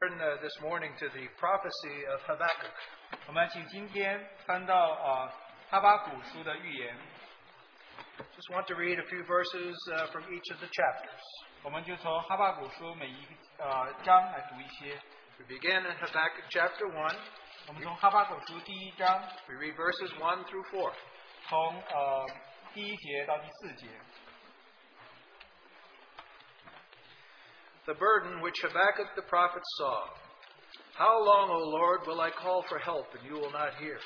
uh, this morning to the prophecy of Habakkuk. 我们请今天翻到啊、呃、哈巴古书的预言， Just want to read a few verses uh, from each of the chapters. 我们就从哈巴古书每一个呃章来读一些。 We begin in Habakkuk chapter 1. 我们从哈巴古书第一章， We read verses 1 through 4. 从呃第一节到第四节， The burden which Habakkuk the prophet saw. How long, O Lord, will I call for help and you will not hear?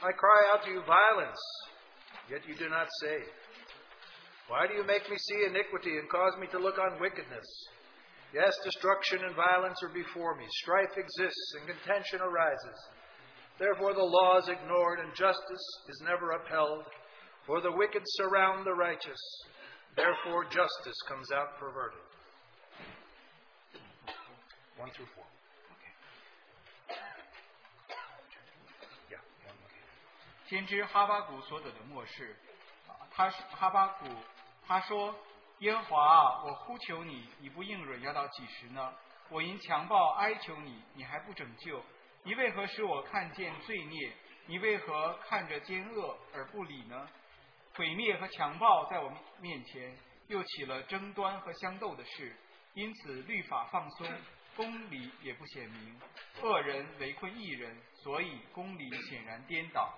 I cry out to you violence, yet you do not save. Why do you make me see iniquity and cause me to look on wickedness? Yes, destruction and violence are before me. Strife exists and contention arises. Therefore, the law is ignored and justice is never upheld. For the wicked surround the righteous. Therefore, justice comes out perverted. 1 through 4. Yeah. one, okay. 先知哈巴谷所指的末世，啊他是哈巴谷他说：“耶和华啊，我呼求你，你不应允，要到几时呢？我因强暴哀求你，你还不拯救。你为何使我看见罪孽？你为何看着奸恶而不理呢？毁灭和强暴在我面面前，又起了争端和相斗的事。因此律法放松，公理也不显明。恶人围困一人，所以公理显然颠倒。”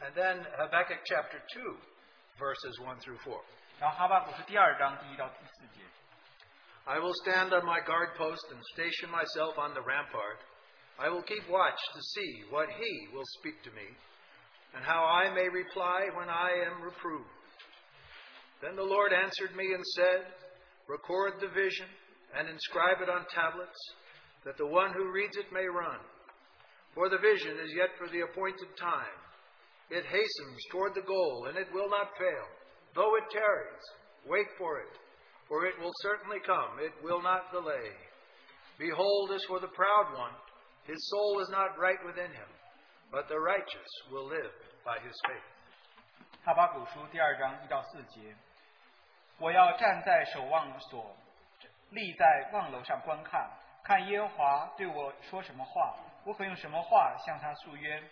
And then Habakkuk chapter 2, verses 1 through 4. 然后哈巴谷是第二章第一到第四节。 I will stand on my guard post and station myself on the rampart. I will keep watch to see what he will speak to me, and how I may reply when I am reproved. Then the Lord answered me and said, Record the vision and inscribe it on tablets, that the one who reads it may run. For the vision is yet for the appointed time. It hastens toward the goal, and it will not fail. Though it tarries, wait for it, for it will certainly come, it will not delay. Behold, as for the proud one, his soul is not right within him, but the righteous will live by his faith. 哈巴古书第二章一到四节，我要站在守望所，立在望楼上观看，看耶和华对我说什么话，我可用什么话向他诉冤。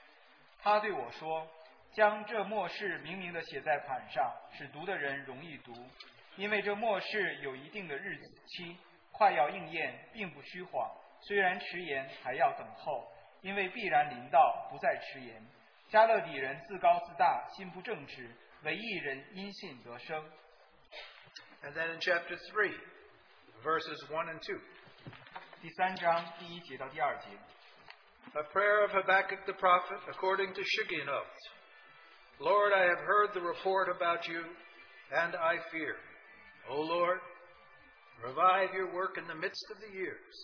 他对我说：“将这末世明明的写在盘上，使读的人容易读，因为这末世有一定的日期，快要应验，并不虚谎。虽然迟延，还要等候，因为必然临到，不再迟延。加勒底人自高自大，心不正直，唯一人因信得生。” And then in chapter 3, verses 1 and 2. 第三章第一节到第二节， A prayer of Habakkuk the prophet according to Shigionoth. Lord, I have heard the report about you, and I fear. O Lord, revive your work in the midst of the years.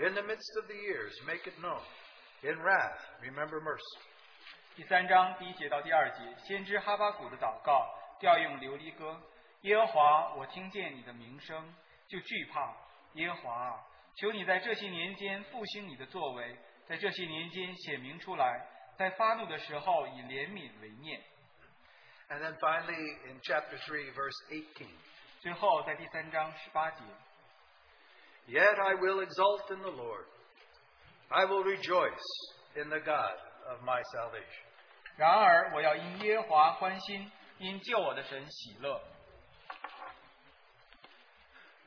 In the midst of the years, make it known. In wrath, remember mercy. 第三章第一节到第二节，先知哈巴谷的祷告调用琉璃歌。耶和华，我听见你的名声，就惧怕。耶和华啊，求你在这些年间复兴你的作为，在这些年间显明出来，在发怒的时候以怜悯为念。 And then finally, in chapter 3, verse 18. 最后，在第三章十八节， Yet I will exult in the Lord. I will rejoice in the God of my salvation. 然而我要因耶和华欢心，因救我的神喜乐。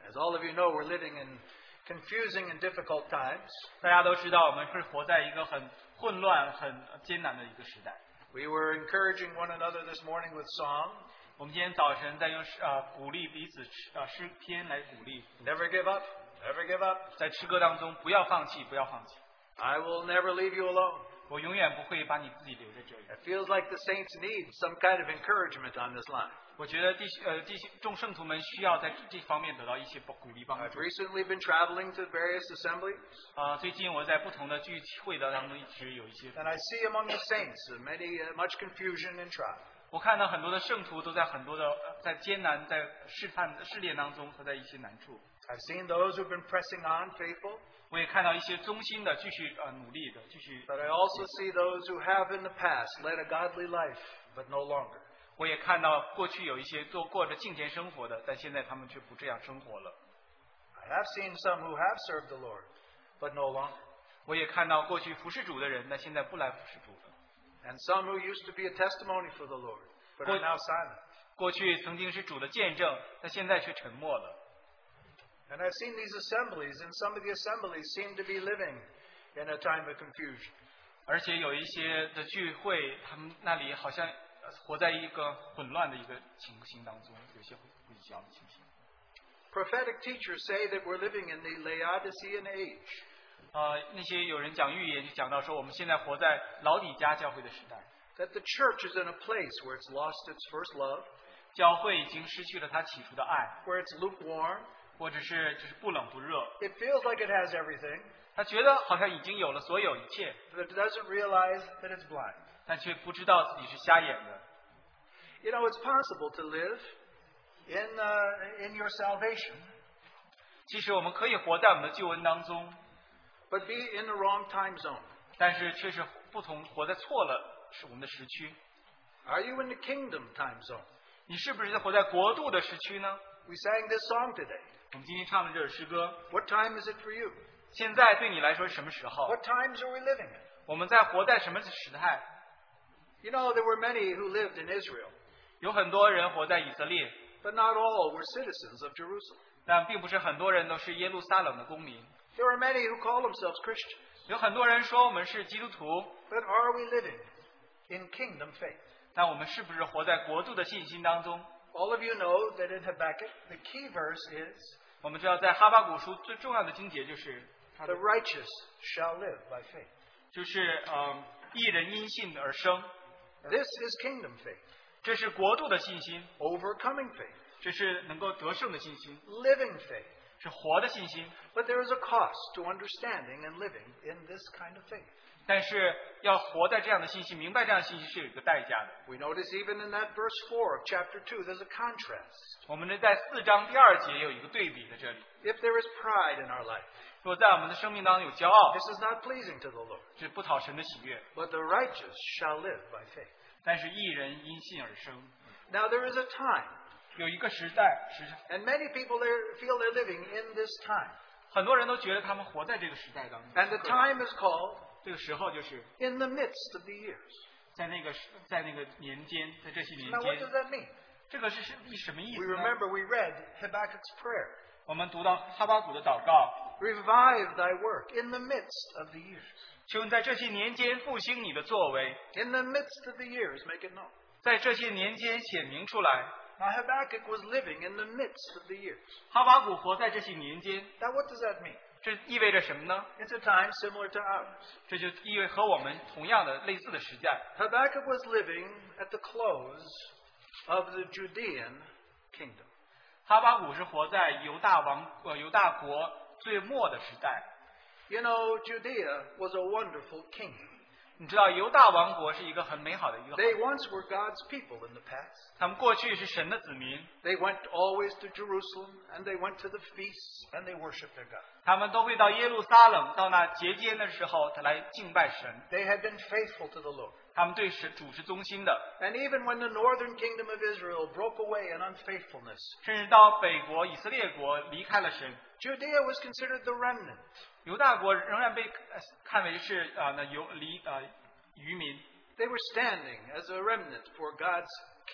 As all of you know, we're living in confusing and difficult times. 大家都知道，我们是活在一个很混乱、很艰难的一个时代。 We were encouraging one another this morning with song 我们今天早晨在用诗呃鼓励彼此诗呃诗篇来鼓励， Never give up, never give up. 在诗歌当中不要放弃，不要放弃。 I will never leave you alone. 我永远不会把你自己留在这里。 It feels like the saints need some kind of encouragement on this line. 我觉得弟兄呃弟兄众圣徒们需要在这方面得到一些帮鼓励帮 I've 助。 recently been traveling to various assemblies, 啊、最近我在不同的聚会的当中一直有一些， and I see among the saints uh, many uh, much confusion and trial. 我看到很多的圣徒都在很多的呃在艰难、在试探、试炼当中和在一些难处。 I've seen those who've been pressing on, faithful, 我也看到一些忠心的继续呃努力的继续。 but I also see those who have in the past led a godly life, but no longer. 我也看到过去有一些做过着敬虔生活的，但现在他们却不这样生活了。 I have seen some who have served the Lord, but no longer. 我也看到过去服侍主的人呢，现在不来服侍主了。 And some who used to be a testimony for the Lord, but are Well- now silent. 过去曾经是主的见证，但现在却沉默了。 And I've seen these assemblies, and some of the assemblies seem to be living in a time of confusion. 而且有一些的聚会，他们那里好像呃活在一个混乱的一个情形当中，有些混淆的情形。 Prophetic teachers say that we're living in the Laodicean age. 呃，那些有人讲预言，就讲到说我们现在活在老底家教会的时代， that the church is in a place where it's lost its first love, 教会已经失去了它起初的爱， where it's lukewarm. 或者是就是不冷不热， It feels like it has everything, 他觉得好像已经有了所有一切， but it doesn't realize that it's blind. 但却不知道自己是瞎眼的。 You know, it's possible to live in, uh, in your salvation, 其实我们可以活在我们的救恩当中， but be in the wrong time zone. 但是却是不同活在错了是我们的时区。 Are you in the kingdom time zone? 你是不是活在国度的时区呢？ We sang this song today. 我们今天唱的这首诗歌， What time is it for you? 现在对你来说是什么时候？ What times are we living in? 我们在活在什么时代？ You know, there were many who lived in Israel, 有很多人活在以色列， but not all were citizens of Jerusalem. 但并不是很多人都是耶路撒冷的公民。 There are many who call themselves Christians, 有很多人说我们是基督徒， but are we living in kingdom faith? 但我们是不是活在国度的信心当中？ All of you know that in Habakkuk, the key verse is, 我们知道，在哈巴谷书最重要的经节就是， The righteous shall live by faith. 就是嗯，一人因信而生， This is kingdom faith, 这是国度的信心， overcoming faith, 这是能够得胜的信心， living faith. 是活的信心。 But there is a cost to understanding and living in this kind of faith. 但是要活在这样的信息，明白这样的信息是有一个代价的。 We notice even in that verse 4 of chapter 2, there's a contrast. 我们呢在四章第二节有一个对比在这里， If there is pride in our life, 说在我们的生命当中有骄傲， this is not pleasing to the Lord. 是不讨神的喜悦； But the righteous shall live by faith. 但是一人因信而生， Now, there is a time, 有一个时代，时 and many people there feel they're living in this time. 很多人都觉得他们活在这个时代当中。 And the time is called 这个时候就是 in the midst of the years. 在那个时在那个年间，在这些年 Now, what 间 does，that mean? 这个是是一什么意 We 思呢？ remember we read Habakkuk's prayer 我们读到哈巴谷的祷告， Revive thy work in the midst of the years. 求你在这些年间复兴你的作为， In the midst of the years, make it known. 在这些年间显明出来。 Now, Habakkuk was living in the midst of the years. 哈巴谷活在这些年间， Now, what does that mean? 这意味着什么呢？ It's a time similar to ours. 这就意味和我们同样的类似的时代。 Habakkuk was living at the close of the Judean kingdom. 哈巴谷是活在犹大王呃犹大国最末的时代。 You know, Judea was a wonderful kingdom. 你知道犹大王国是一个很美好的一个， They once were God's people in the past. 他们过去是神的子民， They went always to Jerusalem, and they went to the feasts, and they worshiped their God. 他们都会到耶路撒冷，到那节间的时候，他来敬拜神， They had been faithful to the Lord. 他们对神主是忠心的， And even when the northern kingdom of Israel broke away in unfaithfulness, 甚至到北国以色列国离开了神， Judea was considered the remnant. 犹大国仍然被呃看为是啊、呃那犹离啊、呃、渔民， They were standing as a remnant for God's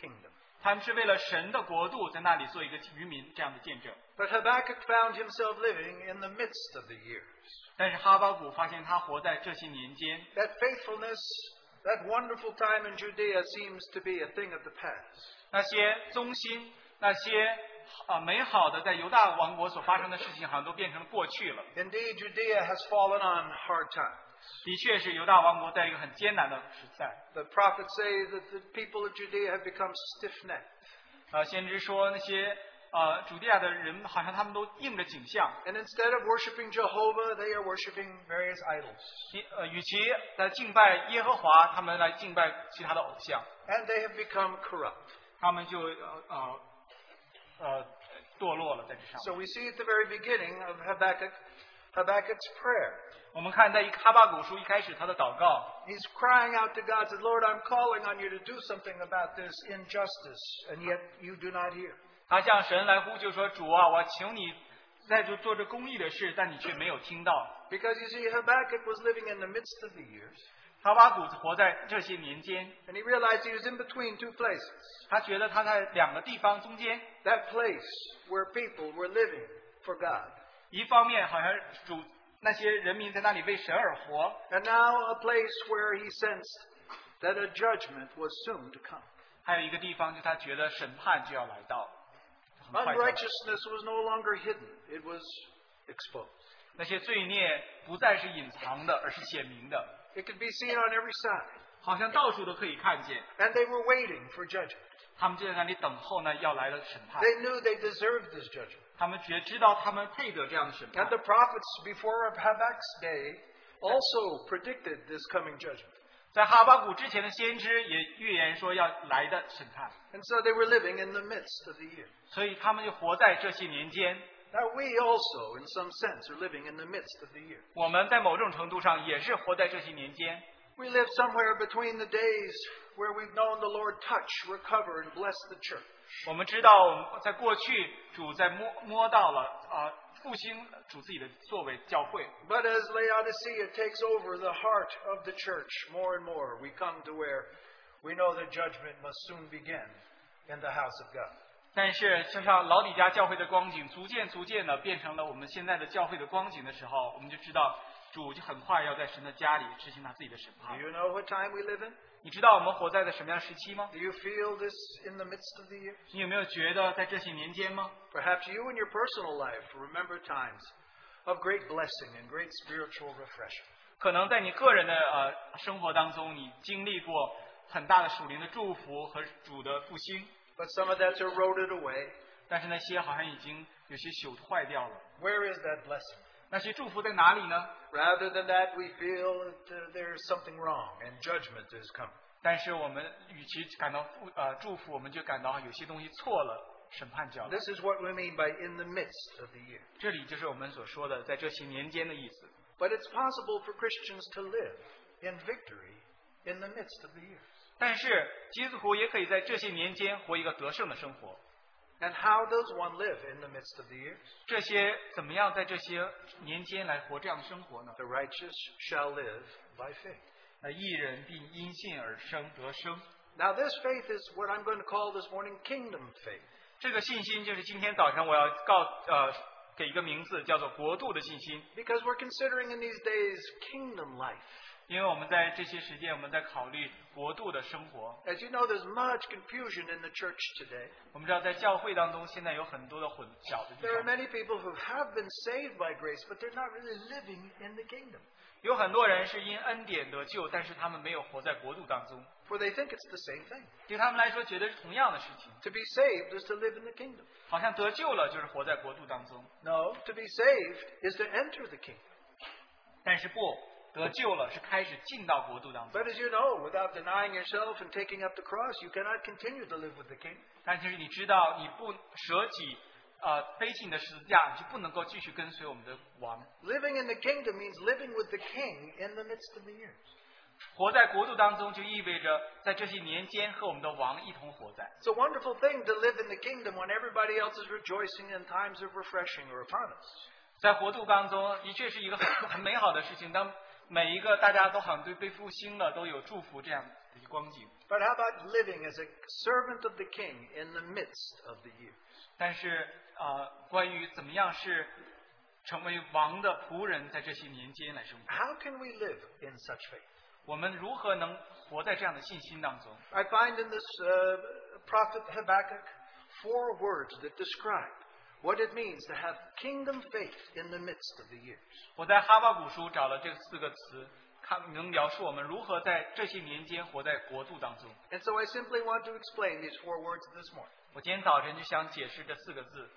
kingdom. 他们是为了神的国度在那里做一个渔民这样的见证。 But Habakkuk found himself living in the midst of the years. 但是哈巴谷发现他活在这些年间， That faithfulness, that wonderful time in Judea seems to be a thing of the past. 那些忠心，那些啊、呃美好的在犹大王国所发生的事情，好像都变成了过去了。 Indeed, Judea has fallen on hard times. 的确是犹大王国在一个很艰难的时代。 The prophets say that the people of Judea have become stiff-necked. 呃，先知说那些呃主地亚的人，好像他们都应着景象， And instead of worshiping Jehovah, they are worshiping various idols. 其呃与其来敬拜耶和华，他们来敬拜其他的偶像， And they have become corrupt. 他们就呃呃呃堕落了在这上面。 So we see at the very beginning of Habakkuk, Habakkuk's prayer. 我们看在一哈巴谷书一开始他的祷告， He's crying out to God, says, Lord, I'm calling on you to do something about this injustice, and yet you do not hear. 他向神来呼救说：“主啊，我求你在这做着公义的事，但你却没有听到。 Because you see, Habakkuk was living in the midst of the years, 哈巴谷活在这些年间， and he realized he was in between two places. 他觉得他在两个地方中间， That place where people were living for God, 一方面好像主那些人民在那里为神而活， and now a place where he sensed that a judgment was soon to come. 还有一个地方，就他觉得审判就要来到，很快就要来 Unrighteousness was no longer hidden, it was exposed. 那些罪孽不再是隐藏的，而是显明的， It could be seen on every side, 好像到处都可以看见。 and they were waiting for judgment. 他们就在那里等候呢，要来了审判。 They knew they deserved this judgment. 他们觉知道他们配得这样的审 And 判。 the prophets before Habakkuk's day also predicted this coming judgment. 在哈巴谷之前的先知也预言说要来的审判， And so they were living in the midst of the year. 所以他们就活在这些年间。 Now we also, in some sense, are living in the midst of the year. 我们在某种程度上也是活在这些年间， We live somewhere between the days where we've known the Lord touch, recover, and bless the church. 我们知道我们在过去主在摸摸到了啊、呃复兴主自己的作为教会， But as Laodicea takes over the heart of the church more and more, we come to where we know that judgment must soon begin in the house of God. 但是，就像老底家教会的光景，逐渐逐渐的变成了我们现在的教会的光景的时候，我们就知道主就很快要在神的家里执行他自己的审 Do 判。 you know what time we live in? 你知道我们活在的什么样的时期吗？ Do you feel this in the midst of the year? 你有没有觉得在这些年间吗？ Perhaps you in your personal life remember times of great blessing and great spiritual refreshing. 可能在你个人的呃生活当中，你经历过很大的属灵的祝福和主的复兴， But some of that's eroded away. 但是那些好像已经有些朽坏掉了。 Where is that blessing? 那些祝福在哪里呢？ Rather than that, we feel that uh, there's something wrong and judgment is coming. 但是我们与其感到负呃祝福，我们就感到有些东西错了，审判就要来。 This is what we mean by in the midst of the year. 这里就是我们所说的在这些年间的意思。 But it's possible for Christians to live in victory in the midst of the year. 但是基督徒也可以在这些年间活一个得胜的生活。 And how does one live in the midst of the year? 这些怎么样在这些年间来活这样的生活呢？ The righteous shall live by faith. 呃，一人必因信而生得生。 Now, this faith is what I'm going to call this morning kingdom faith. 这个信心就是今天早上我要告呃给一个名字叫做国度的信心， Because we're considering in these days kingdom life. 因为我们在这些时间我们在考虑国度的生活。 As you know, there's much confusion in the church today. 我们知道在教会当中现在有很多的混淆的地 There are 方， many people who have been saved by grace, but they're not really living in the kingdom. 有很多人是因恩典得救，但是他们没有活在国度当中。 For they think it's the same thing. 对他们来说，觉得是同样的事情， To be saved is to live in the kingdom. 好像得救了就是活在国度当中。 No, to be saved is to enter the kingdom. 但是不，得救了是开始进到国度当中。 But as you know, without denying yourself and taking up the cross, you cannot continue to live with the king. 但是你知道，你不舍己，呃，背起你的十字架，你就不能够继续跟随我们的王。 Living in the kingdom means living with the king in the midst of the years. 活在国度当中，就意味着在这些年间和我们的王一同活在。 It's a wonderful thing to live in the kingdom when everybody else is rejoicing and times of refreshing are upon us. 在国度当中，的确是一个很 很美好的事情。当每一个大家都好像对被复兴了，都有祝福这样的一个光景。 But how about living as a servant of the king in the midst of the years? 但是呃，关于怎么样是成为王的仆人，在这些年间来生活， How can we live in such faith? 我们如何能活在这样的信心当中？ I find in this uh, prophet Habakkuk four words that describe what it means to have kingdom faith in the midst of the years. 我在哈巴古书找了这四个词，看能描述我们如何在这些年间活在国度当中。 And so I simply want to explain these four words this morning. 我今天早晨就想解释这四个字。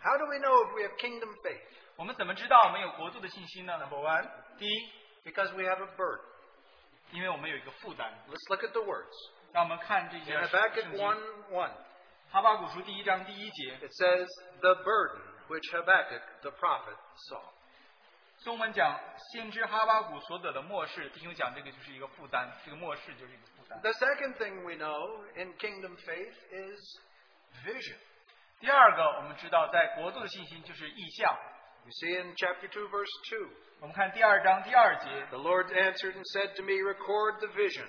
How do we know if we have kingdom faith? 我们怎么知道我们有国度的信心呢？ Number one, 第一， because we have a burden. 因为我们有一个负担。 Let's look at the words. 让我们看这 In 些圣 Habakkuk 经1 1, 哈巴古书第一章第一节， it says, The burden which Habakkuk the prophet saw. 中文讲先知哈巴谷所得的末世，弟兄讲这个就是一个负担，这个末世就是一个负担。 The second thing we know in kingdom faith is vision. 第二个，我们知道在国度的信心就是意向， You see in chapter 2, verse 2, 我们看第二章第二节， the Lord answered and said to me, Record the vision.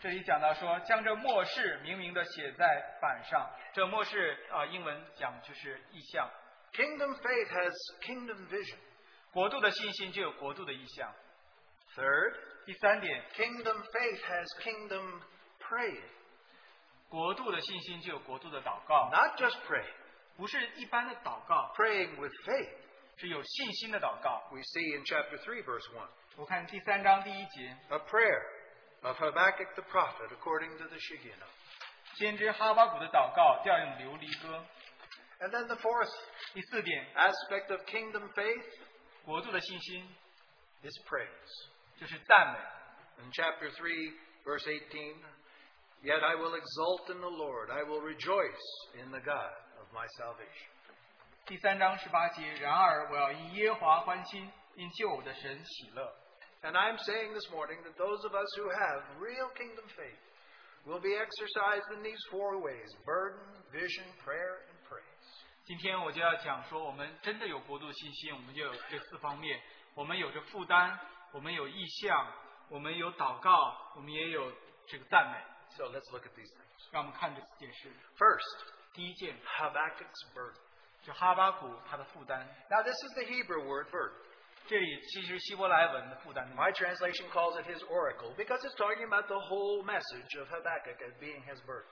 这里讲到说，将这末世明明的写在板上。这末世啊、呃英文讲就是意象。 Kingdom faith has kingdom vision. 国度的信心就有国度的意象。 Third, 第三点， kingdom faith has kingdom praying. 国度的信心就有国度的祷告， Not just praying, 不是一般的祷告， praying with faith. 是有信心的祷告。 We see in chapter 3, verse 1. 我看第三章第一节， a prayer of Habakkuk the prophet according to the Shekinah. 先知哈巴谷的祷告调用琉璃歌。 And then the fourth 第四点， aspect of kingdom faith 国度的信心 is praise. 就是赞美。 In chapter 3, verse 18, Yet I will exult in the Lord, I will rejoice in the God of my salvation. 第三章十八节，然而我要因耶和华欢心，因救我的神喜乐。 And I'm saying this morning that those of us who have real kingdom faith will be exercised in these four ways burden, vision, prayer, and praise. 今天我就要讲说，我们真的有国度信心，我们就有这四方面，我们有着负担，我们有意向，我们有祷告，我们也有这个赞美。 So let's look at these things. 让我们看这四件事。 First, 第一件 Habakkuk's burden. 就哈巴谷他的负担， Now, this is the Hebrew word burden. 这里其实希伯来文的负担， My translation calls it his oracle because it's talking about the whole message of Habakkuk as being his burden.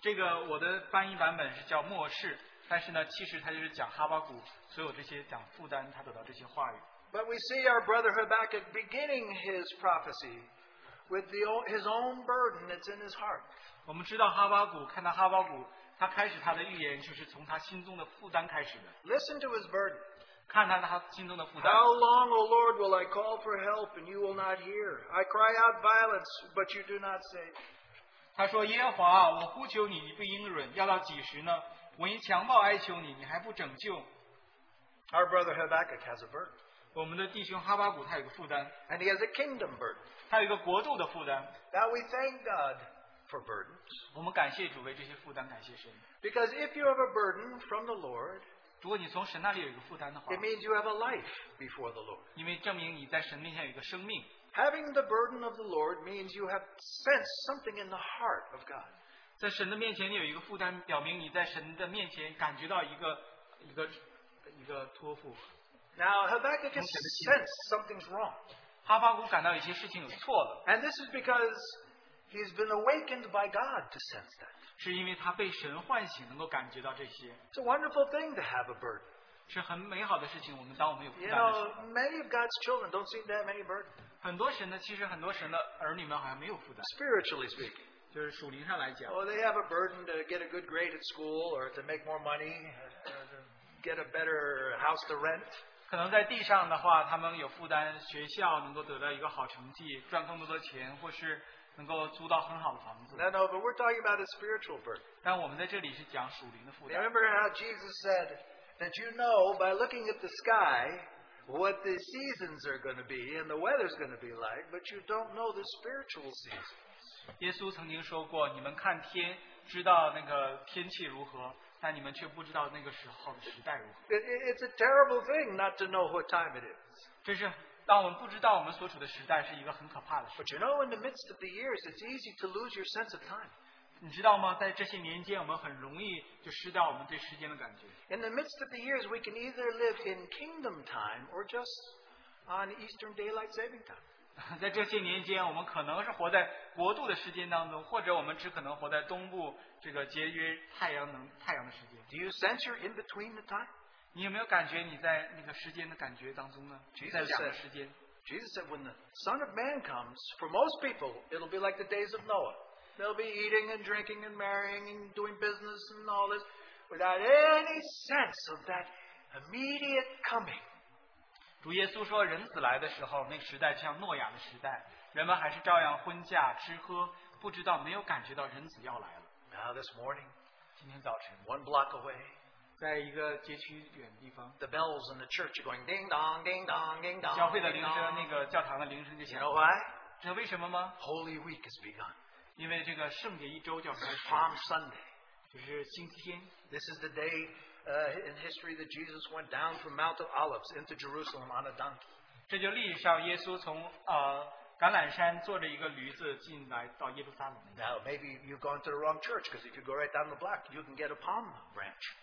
这个我的翻译版本是叫末世，但是呢，其实它就是讲哈巴谷所有这些讲负担，他得到这些话语。 But we see our brother Habakkuk beginning his prophecy with the, o- his own burden that's in his heart. 我们知道哈巴谷，看到哈巴谷，他开始他的预言就是从他心中的负担开始的， Listen to his burden. 看他他心中的负担。 How long, O Lord, will I call for help and you will not hear? I cry out violence, but you do not save. 他说：“耶和华啊，我呼求你，你不应允，要到几时呢？我因强暴哀求你，你还不拯救。 Our brother Habakkuk has a burden, ”我们的弟兄哈巴谷他有个负担， and he has a kingdom burden. 他有一个国度的负担。 Now we thank God for burdens 我们感谢主为这些负担感谢神。 because if you have a burden from the Lord, 如果你从神那里有一个负担的话 It，means you have a life before the Lord. 因为证明你在神面前有一个生命。 Having the burden of the Lord means you have sensed something in the heart of God. 在神的面前，你有一个负担，表明你在神的面前感觉到一个一个一个托付。 Now, Habakkuk has Okay. sensed something's wrong. 哈巴谷感到有些事情有错了， And this is because he's been awakened by God to sense that. 是因为他被神唤醒，能够感觉到这些 It's a wonderful thing to have a burden. 是很美好的事情。我们当我们有负 You 担的时 know, 候， many of God's children don't seem to have any burden, 很多神呢，其实很多神的儿女们好像没有负担， spiritually speaking. 就是属灵上来讲， Oh, they have a burden to get a good grade at school or to make more money, or to get a better house to rent. 可能在地上的话，他们有负担，学校能够得到一个好成绩，赚更多的钱，或是能够租到很好的房子。 No, no, but we're talking about a spiritual burden. 但我们在这里是讲属灵的负担。 Remember how Jesus said that you know by looking at the sky what the seasons are going to be and the weather's going to be like, but you don't know the spiritual season. 耶稣曾经说过：“你们看天，知道那个天气如何，但你们却不知道那个时候的时代如何。 It, it- it's a terrible thing not to know what time it is. ”这是当我们不知道我们所处的时代是一个很可怕的事 But。you know, in the midst of the years, it's easy to lose your sense of time. 你知道吗？在这些年间，我们很容易就失掉我们对时间的感觉。 In the midst of the years, we can either live in kingdom time or just on Eastern Daylight Saving Time. 在这些年间，我们可能是活在国度的时间当中，或者我们只可能活在东部这个节约太阳能太阳的时间。 Do you sense you're in between the time? 你有没有感觉你在那个时间的感觉当中呢其？实在两个是时间。 Jesus said, when the Son of Man comes, for most people, it'll be like the days of Noah. They'll be eating and drinking and marrying and doing business and all this without any sense of that immediate coming. 主耶稣说，人子来的时候，那个时代就像诺亚的时代，人们还是照样婚嫁、吃喝，不知道没有感觉到人子要来了。 Now, this morning, 今天早晨， one block away, 在一个街区远地方， the bells in the church are going ding dong, ding dong, ding dong. 教会的 ding 铃 dong. 声，那个教堂的铃声就 You 响 know 了。 why? 知道为什么吗？ Holy Week has begun. 因为这个圣洁一周就要开始， Palm Sunday. 就是星期天。 This is the day uh, in history that Jesus went down from Mount of Olives into Jerusalem on a donkey. 这就历史上耶稣从呃橄榄山坐着一个驴子进来到耶路撒冷。 Now, maybe you've gone to the wrong church because if you go right down the block, you can get a palm branch.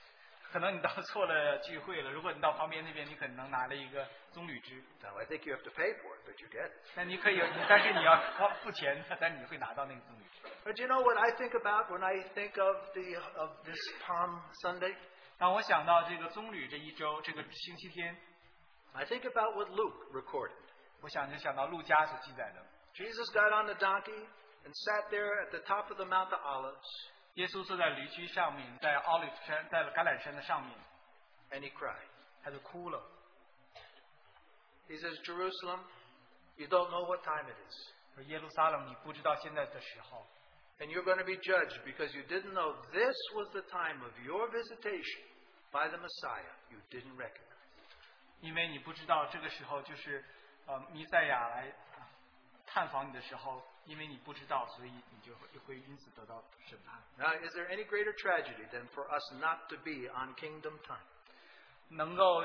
可能你到错了聚会了，如果你到旁边那边，你可能拿了一个棕榈枝， Now, I think you have to pay for it, but you get it. 那你可以有，但是你要花付钱，但你会拿到那个棕榈枝。 But you know what I think about when I think of the of this Palm Sunday? 当我想到这个棕榈这一周，这个星期天， I think about what Luke recorded. 我想就想到路加所记载的， Jesus got on the donkey and sat there at the top of the Mount of Olives, 耶稣坐在驴驹上面，在奥利山，在橄榄山的上面， and he cried. 他就哭了。 He says, Jerusalem, you don't know what time it is. 说耶路撒冷，你不知道现在的时候， And you're going to be judged because you didn't know this was the time of your visitation by the Messiah. You didn't recognize. 因为你不知道这个时候就是呃弥赛亚来啊探访你的时候，因为你不知道，所以你就会会因此得到审判。 Now, is there any greater tragedy than for us not to be on kingdom time? 能够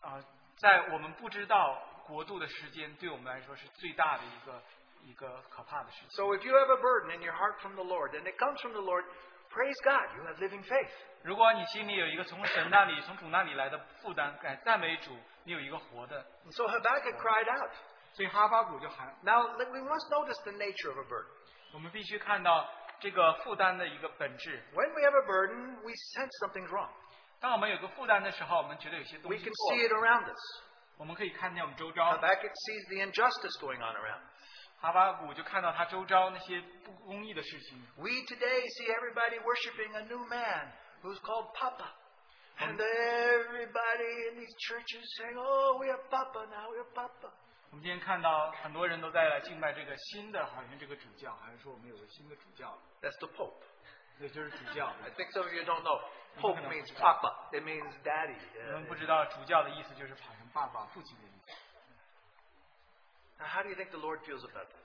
啊、呃在我们不知道国度的时间，对我们来说是最大的一个一个可怕的事情。 So if you have a burden in your heart from the Lord, and it comes from the Lord, praise God, you have living faith. 如果你心里有一个从神那里、从主那里来的负担感，赞美主，你有一个活的， And so Habakkuk cried out. 所以哈巴谷就喊， Now, let- we must notice the nature of a burden. 我们必须看到这个负担的一个本质。 When we have a burden, we sense something's wrong. 当我们有个负担的时候，我们觉得有些东 We 西 can 错 see it around us. 我们可以看见我们周遭， Habakkuk sees the injustice going on around us. 哈巴谷就看到他周遭那些不公义的事情。 We today see everybody worshiping a new man who's called Papa. And everybody in these churches saying, oh, we have Papa now, we have Papa. 我们今天看到很多人都在来敬拜这个新的，好像这个主教，好像说我们有个新的主教， That's the Pope. 对，就是主教。 I think some of you don't know. Pope No, no. means Papa. It means daddy. 你 Uh, 们不知道主教的意思就是好像爸爸、父亲的意思。 Now, Uh, how do you think the Lord feels about that?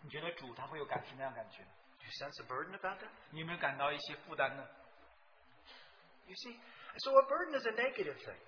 你觉得主他会有感什么样的感觉？ Do you sense a burden about that? 你有没有感到一些负担呢？ You see? So a burden is a negative thing.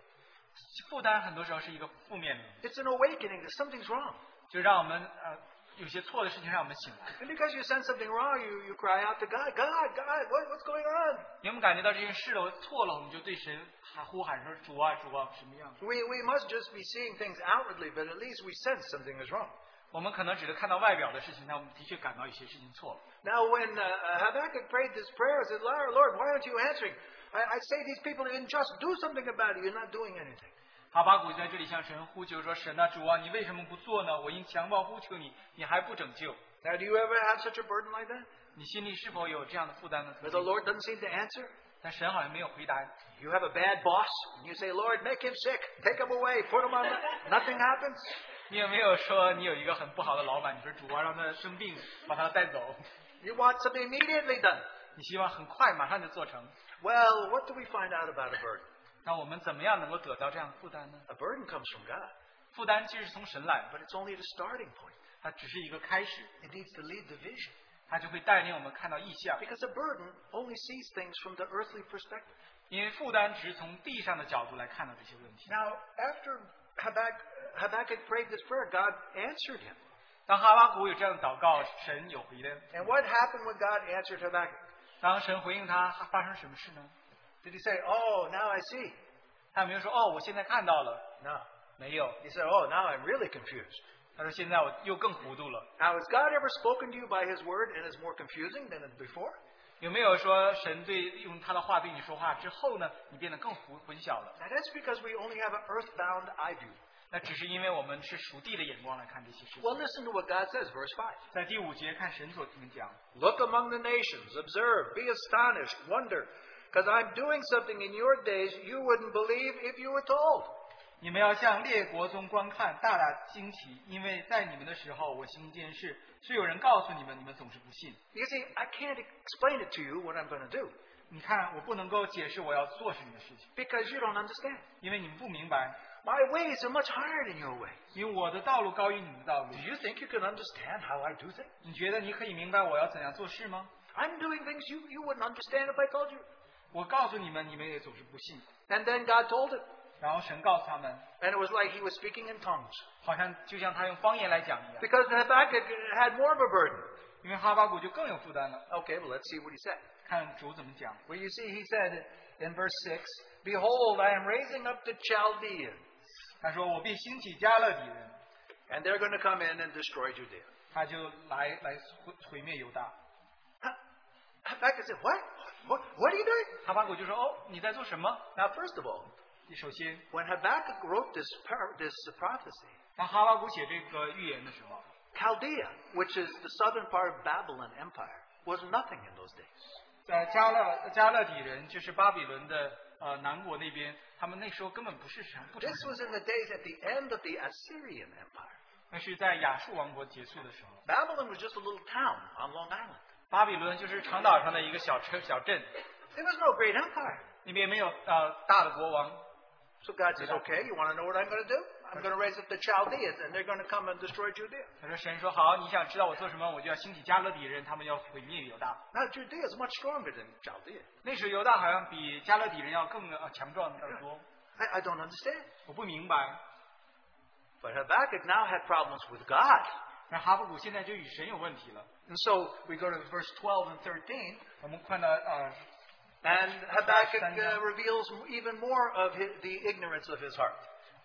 负担很多时候是一个负面的， It's an awakening that something's wrong. 就让我们呃有些错的事情让我们醒来。 And because you sense something wrong, you, you cry out to God, God, God, what, what's going on? 你们感觉到这件事了，错了，我们就对神喊呼喊说主啊主啊什么样？ We, we must just be seeing things outwardly, but at least we sense something is wrong. 我们可能只是看到外表的事情，但我们的确感到有些事情错了。 Now, when uh, uh, Habakkuk prayed this prayer, I said, Lord, Lord, why aren't you answering? I, I say these people are unjust. Do something about it. You're not doing anything. 哈巴谷在这里向神呼求说：“神啊，主啊，你为什么不做呢？我因强暴呼求你，你还不拯救。 Now, do you ever have such a burden like that? 你心里是否有这样的负担呢？” Where the Lord doesn't seem to answer? 但神好像没有回答你。 You have a bad boss, and you say, Lord, make him sick. Take him away. Put him on. Nothing happens. 你有没有说你有一个很不好的老板？你说主啊，让他生病，把他带走。 You want something immediately done. 你希望很快马上就做成。 Well, what do we find out about a burden? 那我们怎么样能够得到这样的负担呢？ A burden comes from God, 负担既是从神来的， but it's only the starting point. 它只是一个开始， It needs to lead the vision. 它就会带领我们看到意象。 Because a burden only sees things from the earthly perspective. 因为负担只是从地上的角度来看到这些问题。 Now, after Habakkuk, Habakkuk prayed this prayer, God answered him. 当哈巴谷有这样的祷告，神有回应。 And what happened when God answered Habakkuk? 当神回应他，发生什么事呢？ Did he say, Oh, now I see? 他有没有说哦，我现在看到了？ No. 没有。 He said, Oh, now I'm really confused. 他说现在我又更糊涂了。 Now, has God ever spoken to you by his word and is more confusing than before? 有没有说神对用他的话对你说话之后呢，你变得更糊混淆了？ Now, that's because we only have an earthbound eye view. 那只是因为我们是属地的眼光来看这些事情。 Well, listen to what God says, verse 5. 在第五节看神所听讲， Look among the nations, observe, be astonished, wonder, because I'm doing something in your days you wouldn't believe if you were told. 你们要向列国中观看，大大惊奇，因为在你们的时候，我行一件事，是有人告诉你们，你们总是不信。 You see, I can't explain it to you what I'm going to do 你看，我不能够解释我要做什么的事情， because you don't understand. 因为你们不明白， My ways are much higher than your ways. 因为我的道路高于你们的道路 Do。you think you can understand how I do things? 你觉得你可以明白我要怎样做事吗？ I'm doing things you, you wouldn't understand if I told you. 我告诉你们，你们也总是不信。 And then God told him. 然后神告诉他们， And it was like he was speaking in tongues. 好像就像他用方言来讲一样， Because Habakkuk had more of a burden. 因为哈巴谷就更有负担了。 Okay, well, let's see what he said. 看主怎么讲。 Well, you see, he said in verse 6 Behold, I am raising up the Chaldean, 他说：“我必兴起加勒底人， and they're going to come in and destroy Judea. 他就来来毁毁灭犹大。 Habakkuk said, What? What, what are you doing? ”哈巴谷就说：“哦，你在做什么 Now, first of all,？” 首先， when Habakkuk wrote this, par- this prophecy, 当哈巴谷写这个预言的时候， Chaldea, which is the southern part of Babylon Empire, was nothing in those days. 在加勒加勒底人就是巴比伦的呃南国那边，他们那时候根本不是神，不成 This was in the days at the end of the Assyrian Empire. 那是在亚述王国结束的时候。 Babylon was just a little town on Long Island. 巴比伦就是长岛上的一个小城小镇， There was no great empire. 那边没有呃大的国王。 So God says, okay, you want to know what I'm going to do? I'm going to raise up the Chaldeans, and they're going to come and destroy Judea. 他说：“神说好，你想知道我做什么，我就要兴起加勒底人，他们要毁灭犹大。 Now, Judea is much stronger than Chaldea. 那时候犹大好像比加勒底人要更呃强壮得多。 I, I don't understand. 我不明白， But Habakkuk now had problems with God. 那哈巴谷现在就与神有问题了。 And so we go to verse 12 and 13. 我们看到呃， And Habakkuk uh, reveals even more of his, the ignorance of his heart.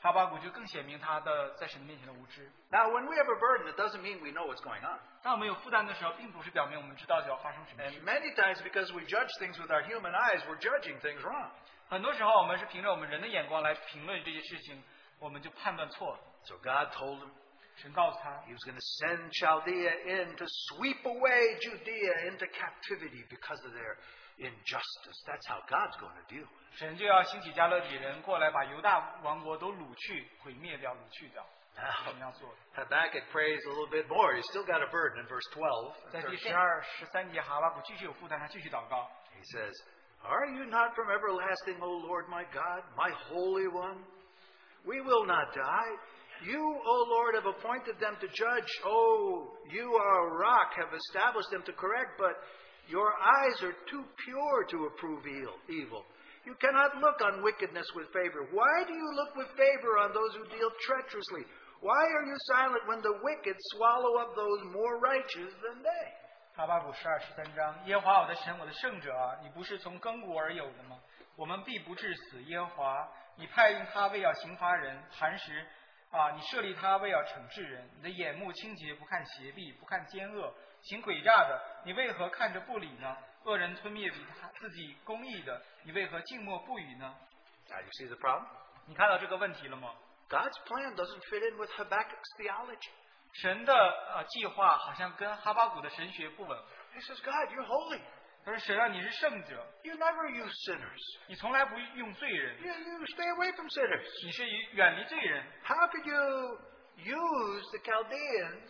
哈巴谷就更显明他的在神面前的无知。 Now, when we have a burden, it doesn't mean we know what's going on. 当我们有负担的时候，并不是表明我们知道就要发生什么 And 事。 many times, because we judge things with our human eyes, we're judging things wrong. 很多时候，我们是凭着我们人的眼光来评论这些事情，我们就判断错了。 So God told him 神告诉他， he was going to send Chaldea in to sweep away Judea into captivity because of their injustice. That's how God's going to deal with it. 神就要兴起加勒底人过来，把犹大王国都掳去、毁灭掉、掳去掉。 Now, 神要做的。 Habakkuk prays a little bit more. He's still got a burden in verse 12 and 在第 13. 十二、十三节，哈巴谷继续有负担，他继续祷告。 He says, Are you not from everlasting, O Lord my God, my Holy One? We will not die. You, O Lord, have appointed them to judge. O you are a rock, have established them to correct, but your eyes are too pure to approve eil- evil. You cannot look on wickedness with favor. Why do you look with favor on those who deal treacherously? Why are you silent when the wicked swallow up those more righteous than they? 哈巴谷十二十三章，耶和华我的神，我的圣者啊，你不是从亘古而有的吗？我们必不致死。耶和华，你派用他为要刑罚人，磐石啊，你设立他为要惩治人。你的眼目清洁，不看邪僻，不看奸恶，行诡诈的，你为何看着不理呢？恶人吞灭比他自己公义的，你为何静默不语呢？ Now you see the problem? 你看到这个问题了吗？ God's plan doesn't fit in with Habakkuk's theology. 神的呃计划好像跟哈巴谷的神学不吻合。 He says, God, you're holy. 他说神啊，你是圣者， You never use sinners. 你从来不用罪人， You, you stay away from sinners. 你是远离罪人。 How could you use the Chaldeans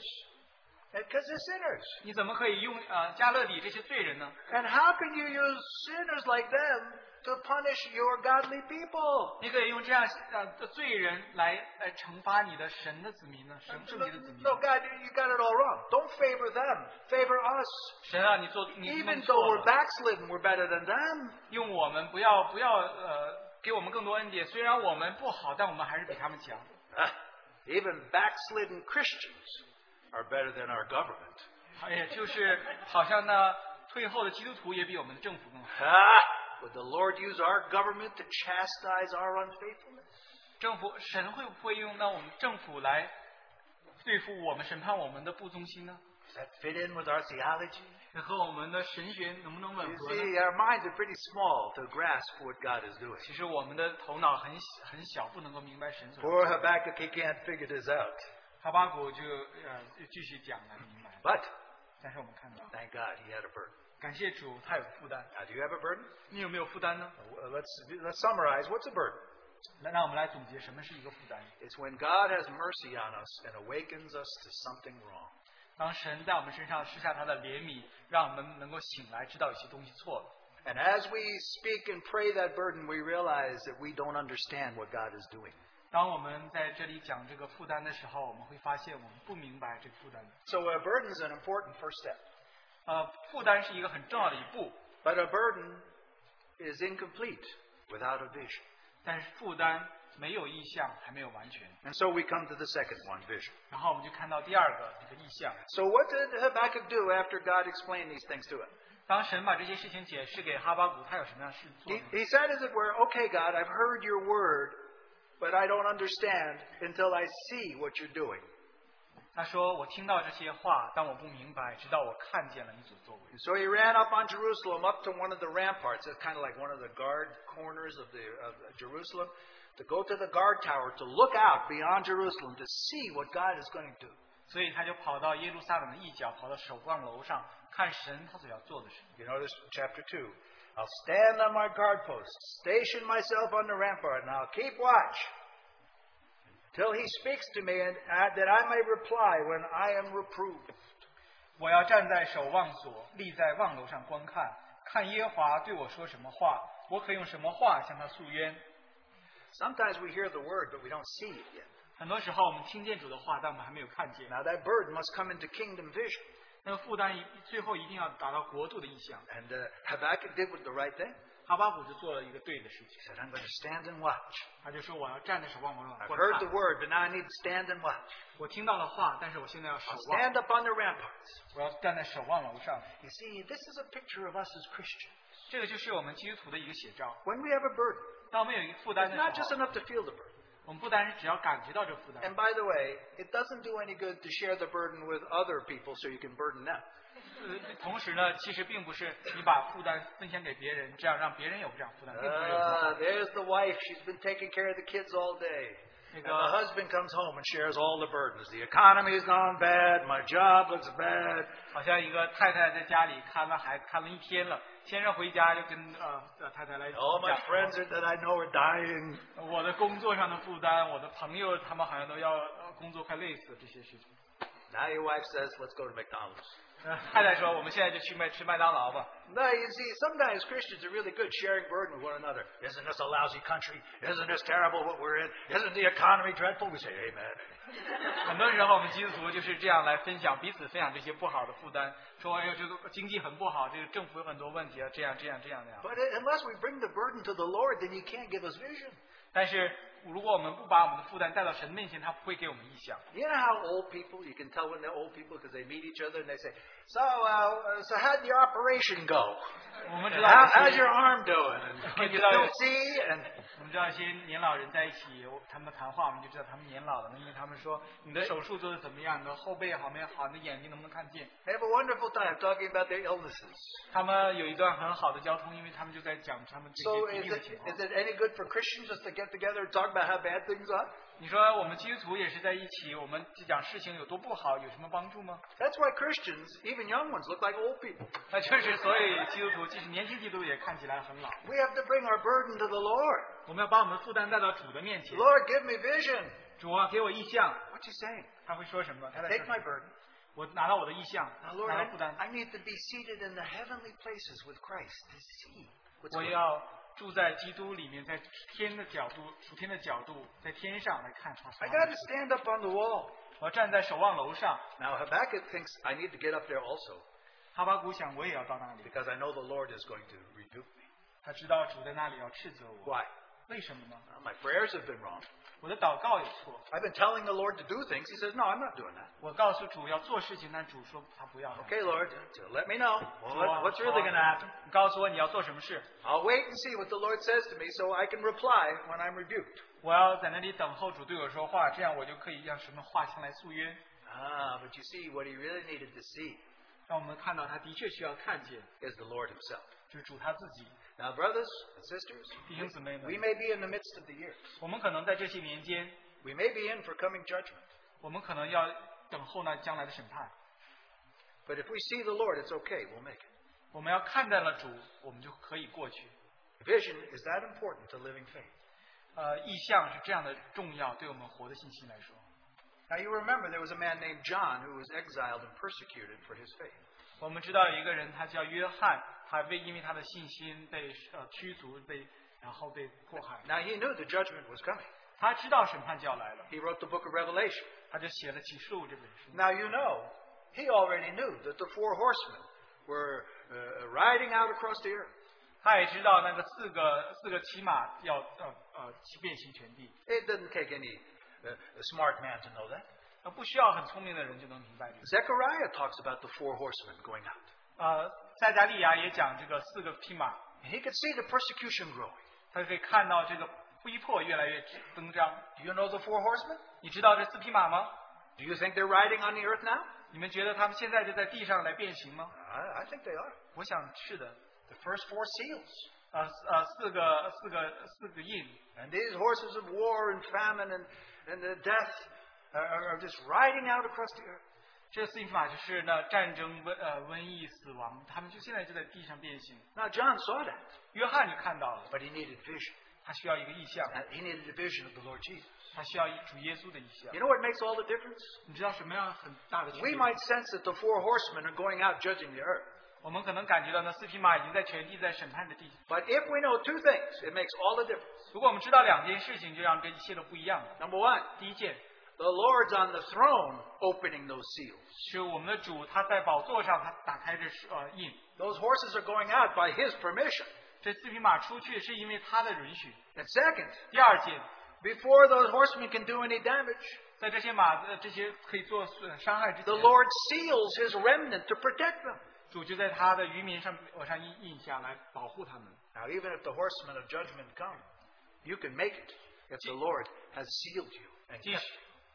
because they're sinners? 你怎么可以用呃加勒底这些罪人呢？ And how can you use sinners like them to punish your godly people? 你可以用这样呃的罪人来来惩罚你的神的子民呢？神圣 No, 洁的子民 no,。God, you got it all wrong. Don't favor them. Favor us. 神啊，你做你 Even though 弄错 we're 了， backslidden, we're better than them. 用我们不要不要呃给我们更多恩典。虽然我们不好，但我们还是比他们强。 Ah, Even backslidden Christians are better than our government. 也哎就是好像呢，退后的基督徒也比我们的政府更好。 Ah, would the Lord use our government to chastise our unfaithfulness? 政府神会不会用到我们政府来对付我们审判我们的不忠心呢？ Does that fit in with our theology? 这和我们的神学能不能 You 吻合呢？ see, our minds are pretty small to grasp what God is doing. 其实我们的头脑很很小，不能够明白神所 Poor Habakkuk, he can't figure this out. 哈巴谷就呃就继续讲了，明白。 But 但是我们看到， thank God he had a burden. 感谢主，他有负担。 Now, do you have a burden? 你有没有负担呢？ Uh, Let's, let's summarize. What's a burden? 来，让我们来总结什么是一个负担。 It's when God has mercy on us and awakens us to something wrong. 当神在我们身上施下他的怜悯，让我们能够醒来，知道有些东西错了。 And as we speak and pray that burden, we realize that we don't understand what God is doing. 当我们在这里讲这个负担的时候，我们会发现我们不明白这个负担。 So a burden is an important first step. 呃，负担是一个很重要的一步， But a burden is incomplete without a vision. 但是负担没有意向，还没有完全。 And so we come to the second one, vision. 然后我们就看到第二个这个意向， So what did Habakkuk do after God explained these things to him? 当神把这些事情解释给哈巴谷，他有什么样的事做 He, 呢？ he said, as it were, okay, God, I've heard your word, but I don't understand until I see what you're doing. 他说：“我听到这些话，但我不明白，直到我看见了你所作为。 And so he ran up on Jerusalem, up to one of the ramparts. It's kind of like one of the guard corners of, the, of Jerusalem, to go to the guard tower to look out beyond Jerusalem to see what God is going to do. ”所以他就跑到耶路撒冷的一角，跑到守望楼上，看神他所要做的事。 You notice chapter 2. I'll stand on my guard post, station myself on the rampart, and I'll keep watch till he speaks to me, and uh, that I may reply when I am reproved. 我要站在守望所，立在望楼上观看，看耶和华对我说什么话，我可用什么话向他诉冤。 Sometimes we hear the word, but we don't see it yet. 很多时候我们听见主的话，但我们还没有看见。 Now, that burden must come into kingdom vision. 那个负担一最后一定要达到国度的意向。 And uh, Habakkuk did with the right thing. 哈巴谷就做了一个对的事情 He，said, I'm going to stand and watch. 他就说我要站在守望楼 I've 上观 heard 看 the。word, but now I need to stand and watch. 我听到了话，但是啊我现在要守 I'll 望， stand up on the ramparts. 我要站在守望楼上。 You see, this is a picture of us as Christians. 这个就是我们基督徒的一个写照。 When we have a burden, 当我们有一个负担 it's 的 not 时 just 候， enough to feel the burden. 我们不单是只要感觉到这负担 And，by the way, it doesn't do any good to share the burden with other people so you can burden them. 呃，同时呢，其实并不是你把负担分享给别人，这样让别人有这样负担，并不是有这样 Ah, there's the wife. She's been taking care of the kids all day. And the Because- husband comes home and shares all the burdens. The economy's gone bad. My job looks bad. 好像一个太太在家里看了孩子看了一天了，先生回家就跟呃呃太太来 All my 讲， friends are, that I know are dying. 我的工作上的负担，我的朋友他们好像都要呃工作快累死了这些事情。 Now your wife says, let's go to McDonald's. 呃太太说：“我们现在就去麦吃麦当劳吧。 No, you see, sometimes Christians are really good sharing burden with one another. Isn't this a lousy country? Isn't this terrible what we're in? Isn't the economy dreadful? We say, amen. ” 很多时候，我们基督徒就是这样来分享，彼此分享这些不好的负担，说：“哎呦，这个经济很不好，这个政府有很多问题啊，这样这样这样那样。” But unless we bring the burden to the Lord, then He can't give us vision. 但是如果我们不把我们的负担带到神面前，他不会给我们意向。 You know how old people, you can tell when they're old people because they meet each other and they say, So, uh, so how'd your operation go? 我们 And 知道 how, 有 how's 些 your arm doing? And can you still see? And 我们知道一些年老人在一起，我他们谈话，我们就知道他们年老了，因为他们说你的手术做的怎么样，你的后背好没有好，你的眼睛能不能看见？ they have a wonderful time talking about their illnesses. 他们有一段很好的交通，因为他们就在讲他们这 So, is 些疾病的 it, 情 is 况。 it any good for Christians just to get together and talk about how bad things are? 你说我们基督徒也是在一起，我们讲事情有多不好，有什么帮助吗？ That's why Christians, even young ones, look like old people. 那就是所以基督徒，即使年轻基督徒也看起来很老。 We have to bring our burden to the Lord. 我们要把我们的负担带到主的面前， Lord, give me vision. 主啊，给我意向。 What you saying? 他会说什么？他在说 Take 什么 my burden. 我拿到我的意向， Now, Lord, 拿到负担， I, I need to be seated in the heavenly places with Christ to see what's 我 going on. 要住在基督里面，在天的角度，属天的角度，在天上来看他。 I got to stand up on the wall. 我要站在守望楼上， Now, Habakkuk thinks I need to get up there also 哈巴谷想我也要到那里。 because I know the Lord is going to rebuke me. 他知道主在那里要斥责我， Why? 为什么呢？ Well, my prayers have been wrong. 我的祷告有错， I've been telling the Lord to do things. He says, No, I'm not doing that. 我告诉主要做事情，但主说他不要。 Okay, Lord, so let me know. 主 Well, 啊 what- what's really going to happen? 你告诉我你要做什么事， I'll wait and see what the Lord says to me so I can reply when I'm rebuked. 我要在那里等候主对我说话，这样我就可以让什么话向来诉冤。 Ah, but you see, what he really needed to see 让我们看到他的确需要看见， is the Lord himself. 就是主他自己。 Now, brothers and sisters, 弟兄姊妹们 we，may be in the midst of the years. 我们可能在这些年间， We may be in for coming judgment. 我们可能要等候那将来的审判。 But if we see the Lord, it's okay. We'll make it. 我们要看待了主，我们就可以过去。 Vision is that important to living faith. 呃，意向是这样的重要，对我们活的信心来说。 Now, you remember there was a man named John who was exiled and persecuted for his faith. 我们知道有一个人，他叫约翰，他为因为他的信心被呃驱逐，被然后被迫害。 Now, he knew the judgment was coming. 他知道审判就要来了， He wrote the book of Revelation. 他就写了《启示录》这本书。 Now, you know, he already knew that the four horsemen were uh, riding out across the earth. 他也知道那个四个四个骑马要呃呃骑遍行全地， It doesn't take any uh, smart man to know that. 呃不需要很聪明的人就能明白这个。 Zechariah talks about the four horsemen going out. 呃，塞加利亚也讲这个四个匹马， And he could see the persecution growing. 他可以看到这个逼迫越来越增张。 Do you know the four horsemen? 你知道这四匹马吗？ Do you think they're riding on the earth now? 你们觉得他们现在就在地上来变形吗？ I, I think they are. 我想是的。 The first four seals. 呃呃，四个四个四个印， And these horses of war and famine and, and the death are, are- are just riding out across the earth. 这四匹马就是那战争瘟呃瘟疫死亡，他们就现在就在地上变形。 Now, John saw that, 约翰就看到了， but he needed vision. 他需要一个意象， And he needed a vision of the Lord Jesus. 他需要一主耶稣的意象 You。know what makes all the difference? 你知道什么样很大的区 We 别？ might sense that the four horsemen are going out judging the earth. 我们可能感觉到那四匹马已经在全地在审判的地。 But if we know two things, it makes all the difference. 如果我们知道两件事情，就让这一切都不一样了。 Number one, 第一件 the Lord's on the throne opening those seals. 是我们的主他在宝座上，他打开这呃印， Those horses are going out by his permission. 这四匹马出去是因为他的允许。 And second, 第二件， before those horsemen can do any damage, 在这些马呃这些可以做损伤害之 the 前， Lord seals his remnant to protect them. 主就在他的渔民上往上印印下来保护他们。 Now, even if the horsemen of judgment come, you can make it if the Lord has sealed you. And 即 kept 使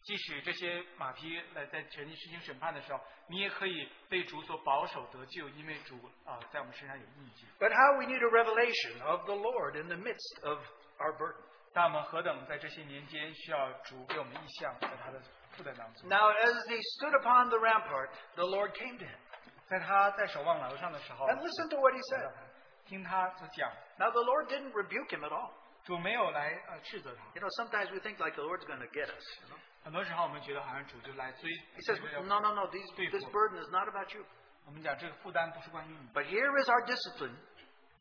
即使这些马匹来在全地实行审判的时候，你也可以被主所保守得救，因为主啊、呃在我们身上有印记。 you. But how we need a revelation of the Lord in the midst of our burden. 那我们何等在这些年间需要主给我们意象，在他的负担当中， Now, as he stood upon the rampart, the Lord came to him. 在他在守望楼上的时候， And listen to what he said. 听他所讲， Now, the Lord didn't rebuke him at all. 主没有来呃斥责他。 You know, sometimes we think like the Lord's going to get us. You know? 很多时候我们觉得好像主就来追， He says, 追着 No, no, no, these, Faithful. this burden is not about you. 我们讲这个负担不是关于你， But here is our discipline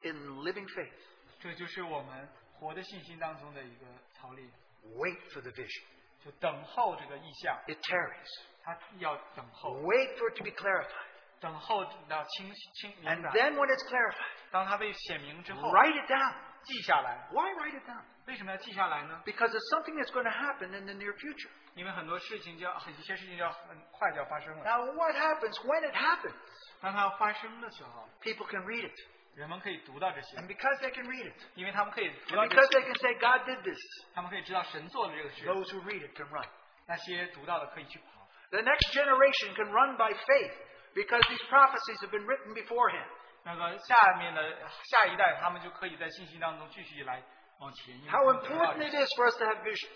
in living faith 这就是我们活的信心当中的一个操练， wait for the vision, 就等候这个意象， it tarries. 他要等候， Wait for it to be clarified. 等候到清清明 And 白。 then when it's clarified, 当他被显明之后， write it down. 记下来。 Why write it down? 为什么要记下来呢？ Because it's something that's going to happen in the near future. 因为很多事情就要，很一些事情就要很快就要发生了。 Now, what happens when it happens? 当它发生的时候， People can read it. 人们可以读到这些 And，because they can read it, 因为他们可以读 and 到这 because 些， they can say, God did this, 他们可以知道神做的这个事。 those who read it can run. 那些读到的可以去跑， The next generation can run by faith because these prophecies have been written beforehand. 那个下面的下一代，他们就可以在信息当中继续来往前因为 How 他们得到 important 这 it 个 is for us to have vision,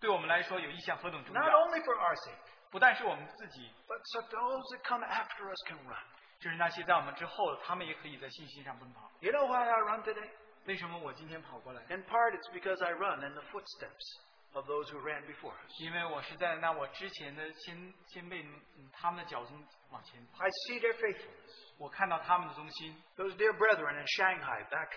对我们来说有意向何等重 not 要！ only for our sake, 不但是我们自己， but so those that come after us can run. 就是那些在我们之后的，他们也可以在信心上奔跑。 You know why I run today? 为什么我今天跑过来？ In part, it's because I run in the footsteps of those who ran before us. 因为我是在那我之前的先先辈嗯他们的脚中往前跑， I see their faithfulness. 我看到他们的忠心。 Those dear brethren in Shanghai back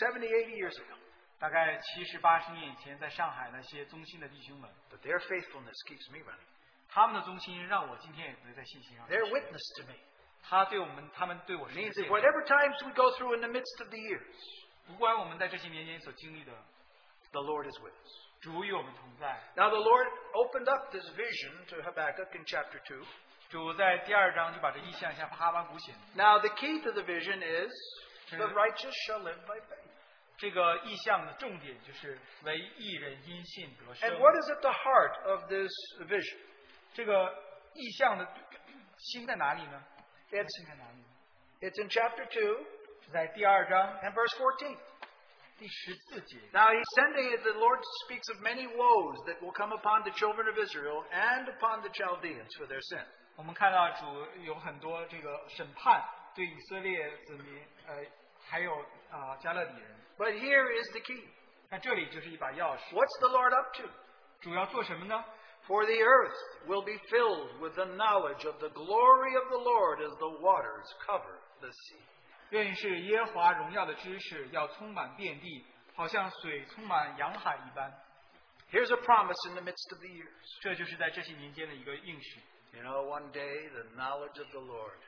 70, 80 years ago. 大概七十八十年以前，在上海那些忠心的弟兄们， But their faithfulness keeps me running. 他们的忠心让我今天也能在信心上。啊 Their witness to me 他对我们，他们对我 It 是 means that 一个见证 whatever times we go through in the midst of the years, 不管我们在这些年间所经历的， the Lord is with us. 主与我们同在。 Now, the Lord opened up this vision to Habakkuk in chapter 2. 主在第二章就把这意象向哈巴谷写明 Now, the key to the vision is the Mhm. righteous shall live by faith. 这个意象的重点就是为一人因信 And 得生。 what is at the heart of this vision? 这个意象的心在哪里呢？这个 It's, 心在哪里呢？ it's in chapter 2是在第二章 and verse 14. 第十四节。 Now he's sending it, the Lord speaks of many woes that will come upon the children of Israel and upon the Chaldeans for their sin. 我们看到主有很多这个审判对以色列子民，呃，还有啊、呃加勒底人。 But here is the key. 那这里就是一把钥匙， What's the Lord up to? 主要做什么呢？ For the earth will be filled with the knowledge of the glory of the Lord as the waters cover the sea. 认识耶和华荣耀的知识要充满遍地，好像水充满洋海一般。 Here's a promise in the midst of the years. 这就是在这些年间的一个应许。 You know, one day the knowledge of the Lord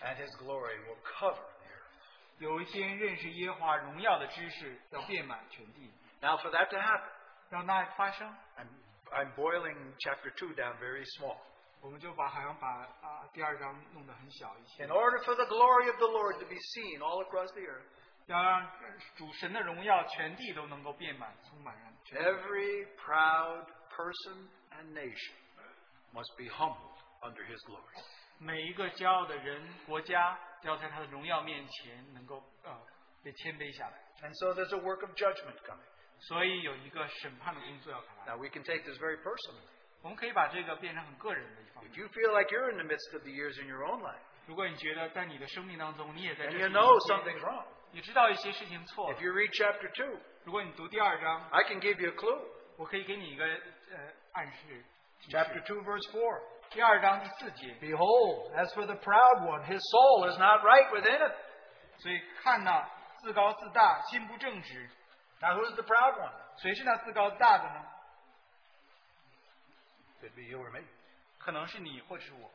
and his glory will cover the earth. 有一些认识耶和华荣耀的知识要遍满全地， Now, for that to happen, 让那发生， I'm, I'm boiling chapter 2 down very small. 我们就把好像把啊第二章弄得很小一些 In，order for the glory of the Lord to be seen all across the earth, 要让主神的荣耀全地都能够遍满充满人全地 every proud person and nation must be humbled under his glory. 每一个骄傲的人国家要在他的荣耀面前能够呃被谦卑下来， And so there's a work of judgment coming. 所以有一个审判的工作要开来。 Now, we can take this very personally. 我们可以把这个变成很个人的一方 If 面。 you feel like you're in the midst of the years in your own life, 如果你觉得在你的生命当中，你也在 and 这 you 里 know something's wrong, 你知道一些事情错 if 了。 you read chapter 2, 如果你读第二章， I can give you a clue. 我可以给你一个呃暗示。 Chapter 2, verse 4. 第二章第四节， Behold, as for the proud one, his soul is not right within him. 所以看呐，自高自大，心不正直。 Now, who's the proud one? 谁是那自高自大的呢？ Could be you or me. 可能是你，或者是我。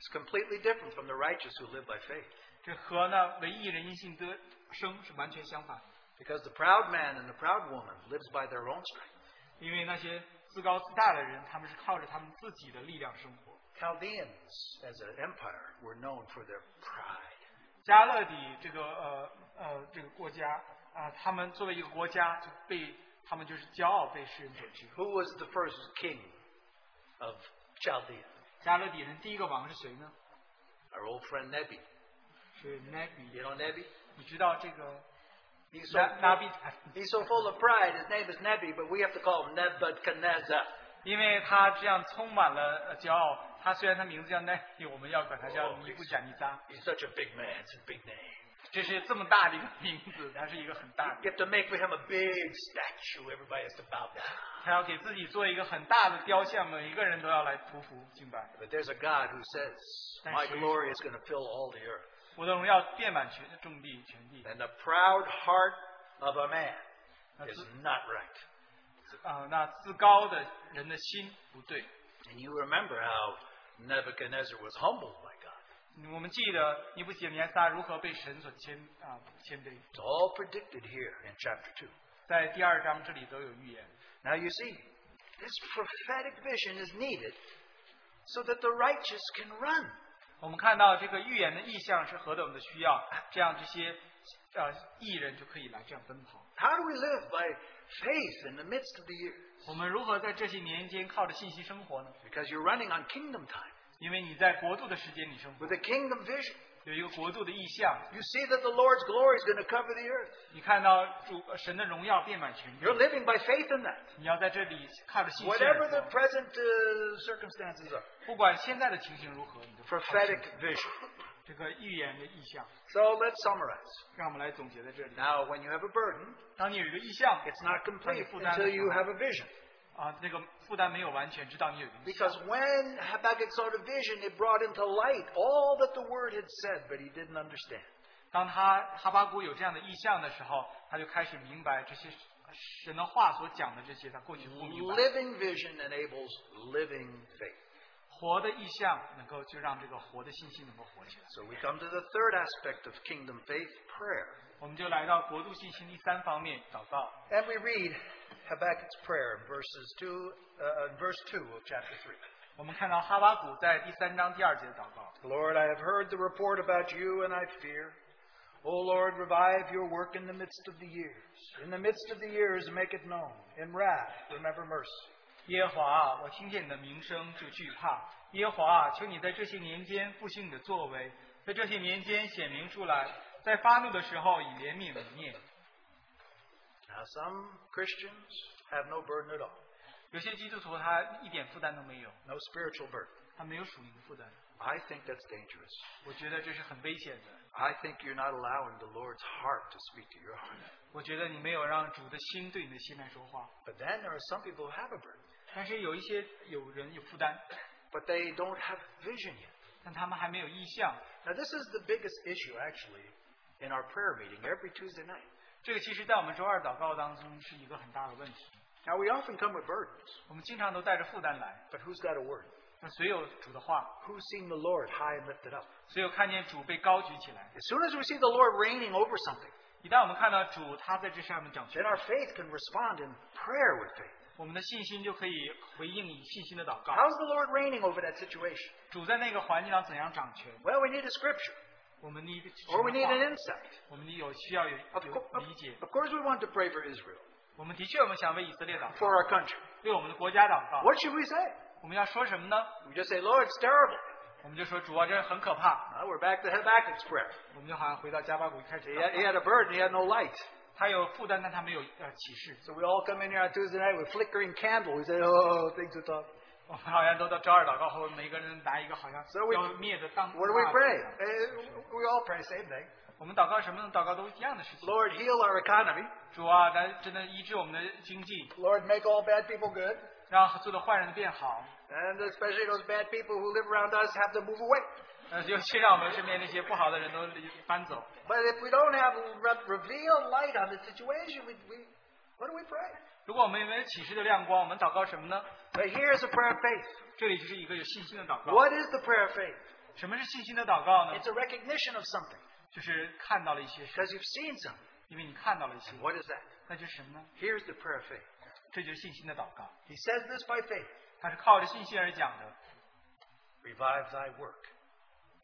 It's completely different from the righteous who live by faith. 这和呢为一人因信得生是完全相反的。 Because the proud man and the proud woman lives by their own strength. 因为那些自高自大的人，他们是靠着他们自己的力量生活。 Chaldeans, as an empire, were known for their pride. 加勒底这个呃呃这个国家啊、他们作为一个国家就被他们就是骄傲被世人所知。 Who was the first king of Chaldea? 加勒底人第一个王是谁呢？ Our old friend Nebi. 是 Nabi You。know Nebi? 你知道这个 He's so, 拉拉比， he's so full of pride. His name is Nebi, but we have to call him Nebuchadnezzar. 因为他这样充满了呃骄傲。他虽然他名字叫 Nabi，我们要管他叫哦尼布甲尼撒。 He's such a big man. It's a big name. 这是这么大的一个名字，他是一个很大的， You have to make for him a big statue. Everybody has to bow down. 他要给自己做一个很大的雕像，每一个人都要来匍匐敬拜。 But there's a God who says, Thanks, My Jesus. glory is going to fill all the earth. 我的荣耀遍满全众地全地。 And the proud heart of a man 那 is 自 not right. 啊、那自高的人的心不对。 And you remember how Nebuchadnezzar was humbled by God. 我们记得尼布杰尼撒如何被神所谦啊、谦卑， It's all predicted here in chapter 2. 在第二章这里都有预言。 Now you see, this prophetic vision is needed so that the righteous can run. 我们看到这个预言的意象是何等的需要，这样这些啊艺人就可以来这样奔跑。 How do we live by faith in the midst of the year? 我们如何在这些年间靠着信息生活呢？ Because you're running on kingdom time 因为你在国度的时间里生活， with a kingdom vision. 有一个国度的意象， You see that the Lord's glory is going to cover the earth. 你看到主呃神的荣耀遍满全地。 You're living by faith in that. 你要在这里靠着信息而 Whatever the 活， present uh, circumstances are, 不管现在的情形如何，你都 prophetic vision. 这个预言的意象， So let's summarize. 让我们来总结在这里。 Now, when you have a burden, 当你有一个意象 it's not complete Plentiful until down. you have a vision. 啊，那个负担没有完全，直到你有一个意象 Because。when Habakkuk saw the vision, it brought into light all that the word had said, but he didn't understand. 当他哈巴谷有这样的意象的时候，他就开始明白这些神的话所讲的这些，他过去不明白。 Living vision enables living faith. 活的意象能够就让这个活的信息能够活起来。 So we come to the third aspect of kingdom faith prayer. 我们就来到国度信息第三方面，祷告。 And we read Habakkuk's prayer in verses two, uh, in verse 2 of chapter 3. 我们看到哈巴谷在第三章第二节的祷告。 Lord, I have heard the report about you, and I fear. O Lord, revive your work in the midst of the years. In the midst of the years, make it known. In wrath, remember mercy. 耶和华啊，我听见你的名声就惧怕。耶和华啊，求你在这些年间复兴你的作为，在这些年间显明出来，在发怒的时候以怜悯为念。 Now, some Christians have no burden at all, 有些基督徒他一点负担都没有， no spiritual burden. 他没有属灵的负担。 I think that's dangerous. 我觉得这是很危险的。 I think you're not allowing the Lord's heart to speak to your heart. 我觉得你没有让主的心对你的心来说话。 But then there are some people who have a burden, 但是有一些有人有负担， but they don't have vision yet. 但他们还没有意向。 Now, this is the biggest issue, actually, in our prayer meeting every Tuesday night. 这个其实，在我们周二祷告当中是一个很大的问题。 Now, we often come with burdens, 我们经常都带着负担来， but who's got a word? 但那谁有主的话， Who's seen the Lord high and lifted up? 谁有看见主被高举起来？ As soon as we see the Lord reigning over something, 一旦我们看到主他在这上面掌权 then，our faith can respond in prayer with faith. 我们的信心就可以回应以信心的祷告。 How's the Lord reigning over that situation? 主在那个环境上怎样掌权？ Well, we need a scripture, 我们need 什 or 么 Oh, we need an 话？ insight. 我们有需要有 Of, co- 有 of, 理解。 of course, we want to pray for Israel, 我们的确，我们想为以色列祷告， for our country. 为我们的国家祷告。 What should we say? 我们要说什么呢？ We just say, Lord, it's terrible. 我们就说主啊，这很可怕。 Now we're back to Habakkuk's prayer. 我们就好像回到加巴谷一开始 He 祷告 had, he had a burden, he had no light. 他有负担，但他没有呃启示。 So we all come in here on Tuesday night with flickering candles. We say, oh, things are tough. 我们好像都到周二祷告后，每个人拿一个好像 So we- 要灭的当。啊 What do we pray? Eh, we all pray the same thing. 我们祷告什么呢？祷告都是一样的事情。 Lord, heal our economy. 主啊，咱真的医治我们的经济， Lord, make all bad people good. 让所有的坏人变好。 And especially those bad people who live around us have to move away. 呃，尤其让我们身边那些不好的人都离搬走。 But if we don't have re- revealed light on the situation, we, we, what do we pray? 如果我们没有启示的亮光，我们祷告什么呢？ But here's a prayer of faith. 这里就是一个有信心的祷告。 What is the prayer of faith? 什么是信心的祷告呢 It's？a recognition of something 就是看到了一些事， because you've seen something. 因为你看到了一些 And，what is that? 那就是什么呢？ Here's the prayer of faith. 这就是信心的祷告。 He says this by faith 它是靠着信心而讲的。 Revive thy work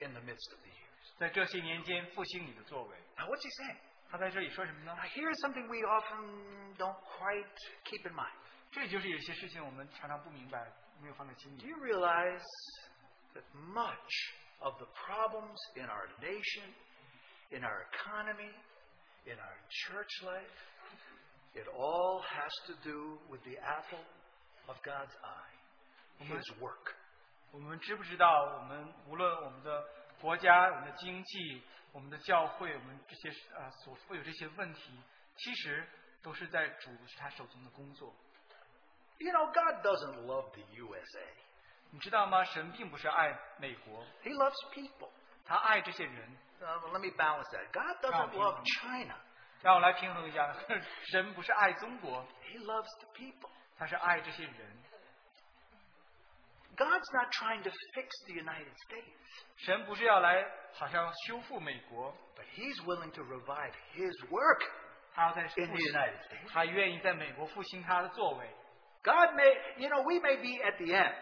in the midst of the years. 在这些年间复兴你的作为。 Now, what's he saying? 他在这里说什么呢 Now,？here's something we often don't quite keep in mind. 这就是有些事情我们常常不明白，没有放在心 Do 里。 you realize that much of the problems in our nation, in our economy, in our church life, it all has to do with the apple of God's eye, His work. 我们知不知道，我们无论我们的国家、我们的经济、我们的教会、我们这些呃所会有这些问题，其实都是在主是他手中的工作。 You know, God doesn't love the USA, 你知道吗？神并不是爱美国， He loves people. 他爱这些人。 Uh, well, let me balance that. God doesn't No, love no. China, 让我来平衡一下， 神不是爱中国， He loves the people. 他是爱这些人。 God's not trying to fix the United States, 神不是要来好像修复美国， but He's willing to revive His work 他要在 in 复 the 兴 United States. 他愿意在美国复兴他的作为。 God may, you know, we may be at the end.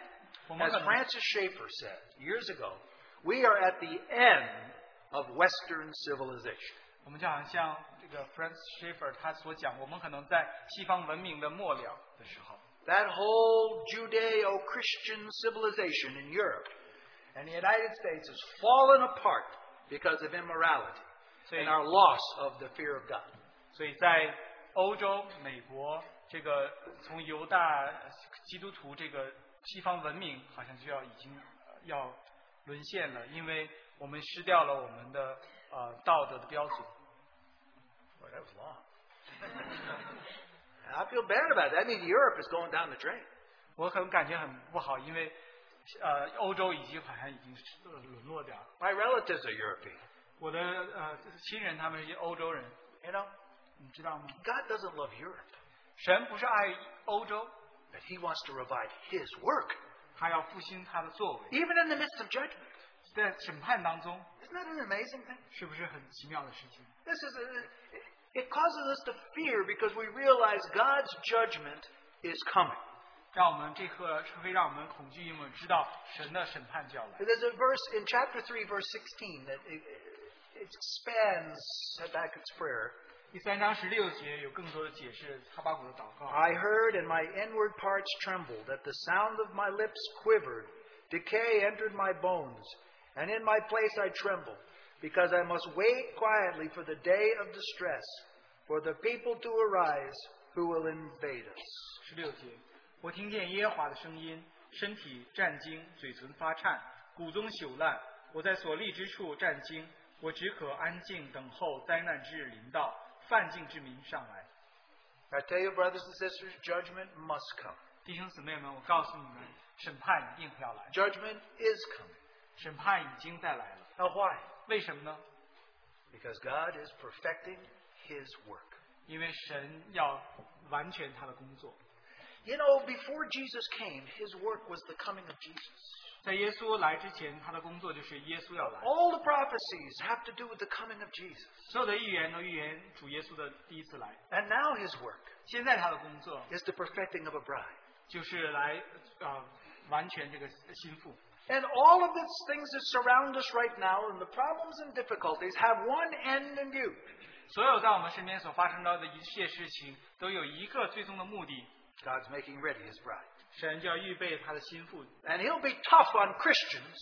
我们 As 可能， Francis Schaeffer said years ago, we are at the end of Western civilization. 我们就好像这个 Francis Schaeffer 他所讲，我们可能在西方文明的末了的时候， That whole Judeo Christian civilization in Europe and the United States has fallen apart because of immorality 所以 and，our loss of the fear of God. 所以在欧洲、美国这个从犹大呃基督徒这个西方文明，好像就要已经呃要沦陷了，因为我们失掉了我们的呃道德的标准。 Boy, that was long. I feel bad about that. I mean, Europe is going down the drain. 我很感觉很不好，因为呃欧洲已经好像已经呃沦落掉了。 My relatives are European. 我的呃亲人他们是欧洲人， You know, 你知道吗？ God doesn't love Europe, 神不是爱欧洲， but He wants to revive His work 他要复兴他的作为， even in the midst of judgment. 在审判当中， Isn't that an amazing thing? 是不是很奇妙的事情？ This is a, it causes us to fear because we realize God's judgment is coming. 让我们这个是会让我们恐惧，因为我们知道神的审判就要来。 There's a verse in chapter 3, verse 16, that it, it expands Habakkuk's prayer. 第三章十六节有更多的解释哈巴谷的祷告。 I heard, and my inward parts trembled. At the sound of my lips quivered. Decay entered my bones, and in my place I trembled, because I must wait quietly for the day of distress, for the people to arise who will invade us. 十六节，我听见耶和华的声音，身体战惊，嘴唇发颤，骨中朽烂。我在所立之处战惊，我只可安静等候灾难之日临到，犯境之民上来。 I tell you, brothers and sisters, judgment must come. 弟兄姊妹们，我告诉你们，审判一定会要来， Judgment is coming. 审判已经在来了。 Now, why? 为什么呢？ Because God is perfecting His work. 因为神要完全他的工作。 You know, before Jesus came, His work was the coming of Jesus. 在耶稣来之前，他的工作就是耶稣要来。 All the prophecies have to do with the coming of Jesus. 所有的预言都预言主耶稣的第一次来。 And now his work 现在他的工作 is the perfecting of a bride. 就是来呃完全这个心腹。 And all of these things that surround us right now and the problems and difficulties have one end in view 所有在我们身边所发生到的一切事情，都有一个最终的目的， God's making ready his bride. 神就要预备他的心腹。 And he'll be tough on Christians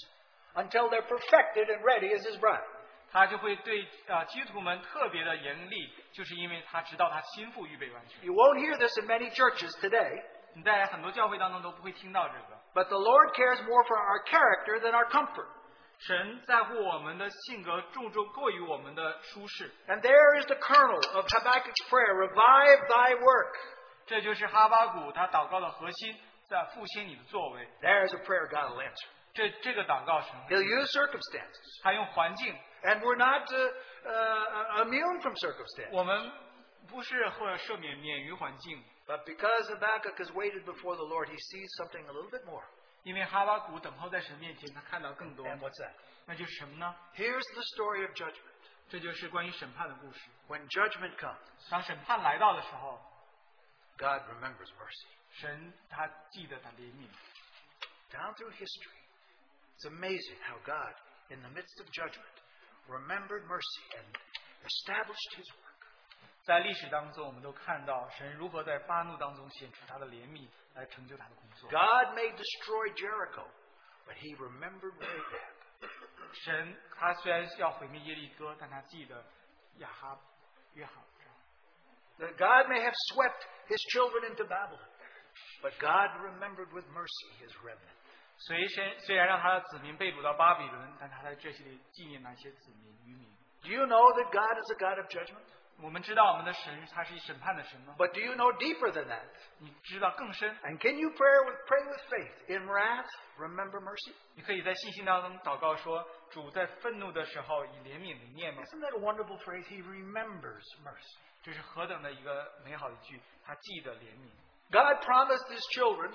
until they're perfected and ready as his bride. 他就会对啊、呃、基督徒们特别的严厉，就是因为他知道他心腹预备完全。 You won't hear this in many churches today, 你在很多教会当中都不会听到这个。 but the Lord cares more for our character than our comfort. 神在乎我们的性格，注重过于我们的舒适。 And there is the kernel of Habakkuk's prayer revive thy work. 这就是哈巴谷他祷告的核心，在复兴你的作为。 There's a prayer God will answer. 这这个祷告神 He'll use circumstances. 他用环境， And we're not uh, uh, immune from circumstances. 我们不是或者赦免免于环境， But because Habakkuk has waited before the Lord, he sees something a little bit more. 因为哈巴谷等候在神面前，他看到更多， And what's that? 那就是什么呢？ Here's the story of judgment. 这就是关于审判的故事。 When judgment comes, 当审判来到的时候， God remembers mercy. 神他记得他的命。 Down through history, it's amazing how God, in the midst of judgment, remembered mercy and established his work. 在历史当中，我们都看到神如何在发怒当中显出他的怜悯，来成就他的工作。 God may destroy Jericho, but he remembered way back. 神他虽然要毁灭耶利哥，但他记得亚哈约哈。 That God may have swept his children into Babylon, but God remembered with mercy his remnant. 虽神虽然让他的子民被掳到巴比伦，但他在这里纪念那些子民渔民。 Do you know that God is a God of judgment? 我们知道我们的神他是审判的神吗？ But do you know deeper than that? 你知道更深， And can you pray with, pray with faith? In wrath, remember mercy. 你可以在信心当中祷告说：“主在愤怒的时候以怜悯为念吗 Isn't that a wonderful phrase? He remembers mercy. ”这是何等的一个美好的句！他记得怜悯。 God promised his children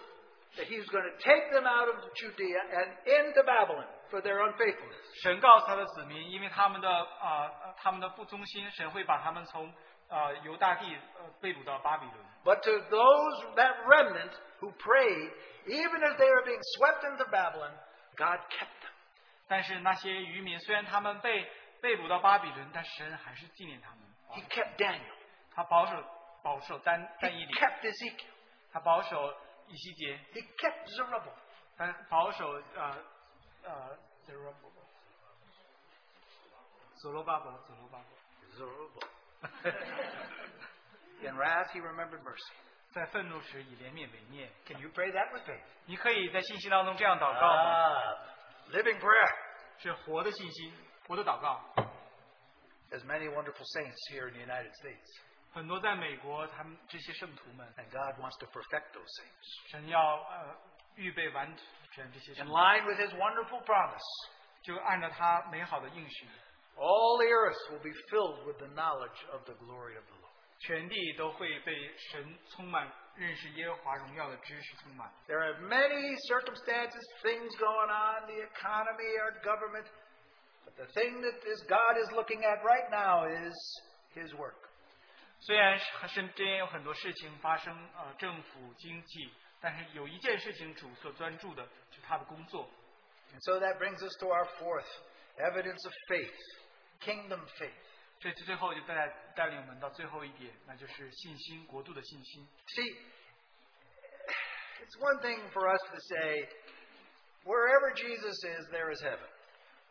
that he was going to take them out of Judea and into Babylon for their unfaithfulness. 神告诉他的子民，因为他们的啊、呃他们的不忠心，神会把他们从呃犹大地呃被掳到巴比伦。 But to those, that remnant who prayed, even as they were being swept into Babylon, God kept them. 但是那些渔民虽然他们被被掳到巴比伦，但神还是纪念他们。 He kept Daniel. 他保守保守单 He 单一里， kept Ezekiel. 他保守以西结， He kept Zerubbabel. 他保守呃呃 z e r u b a b e 所罗巴伯，所罗巴伯， Zerubbabel. In wrath, he remembered mercy. 在愤怒时以怜悯为念。 Can you pray that with faith? 你可以在信息当中这样祷告啊吗？ living prayer. 是活的信心，活的祷告。 There's many wonderful saints here in the United States, 很多在美国，他们这些圣徒们， and God wants to perfect those saints. 神要呃预备完全这些圣 In 徒， line with His wonderful promise, 就按照他美好的应许， all the earth will be filled with the knowledge of the glory of the Lord. 全地都会被神充满认识耶和华荣耀的知识充满。 There are many circumstances, things going on, the economy, our government, but the thing that is God is looking at right now is His work. 虽然身边有很多事情发生，呃，政府经济，但是有一件事情主所专注的就是他的工作。 And so that brings us to our fourth evidence of faith, kingdom faith. 这最后就带带领我们到最后一点，那就是信心，国度的信心。 See, it's one thing for us to say, wherever Jesus is, there is heaven.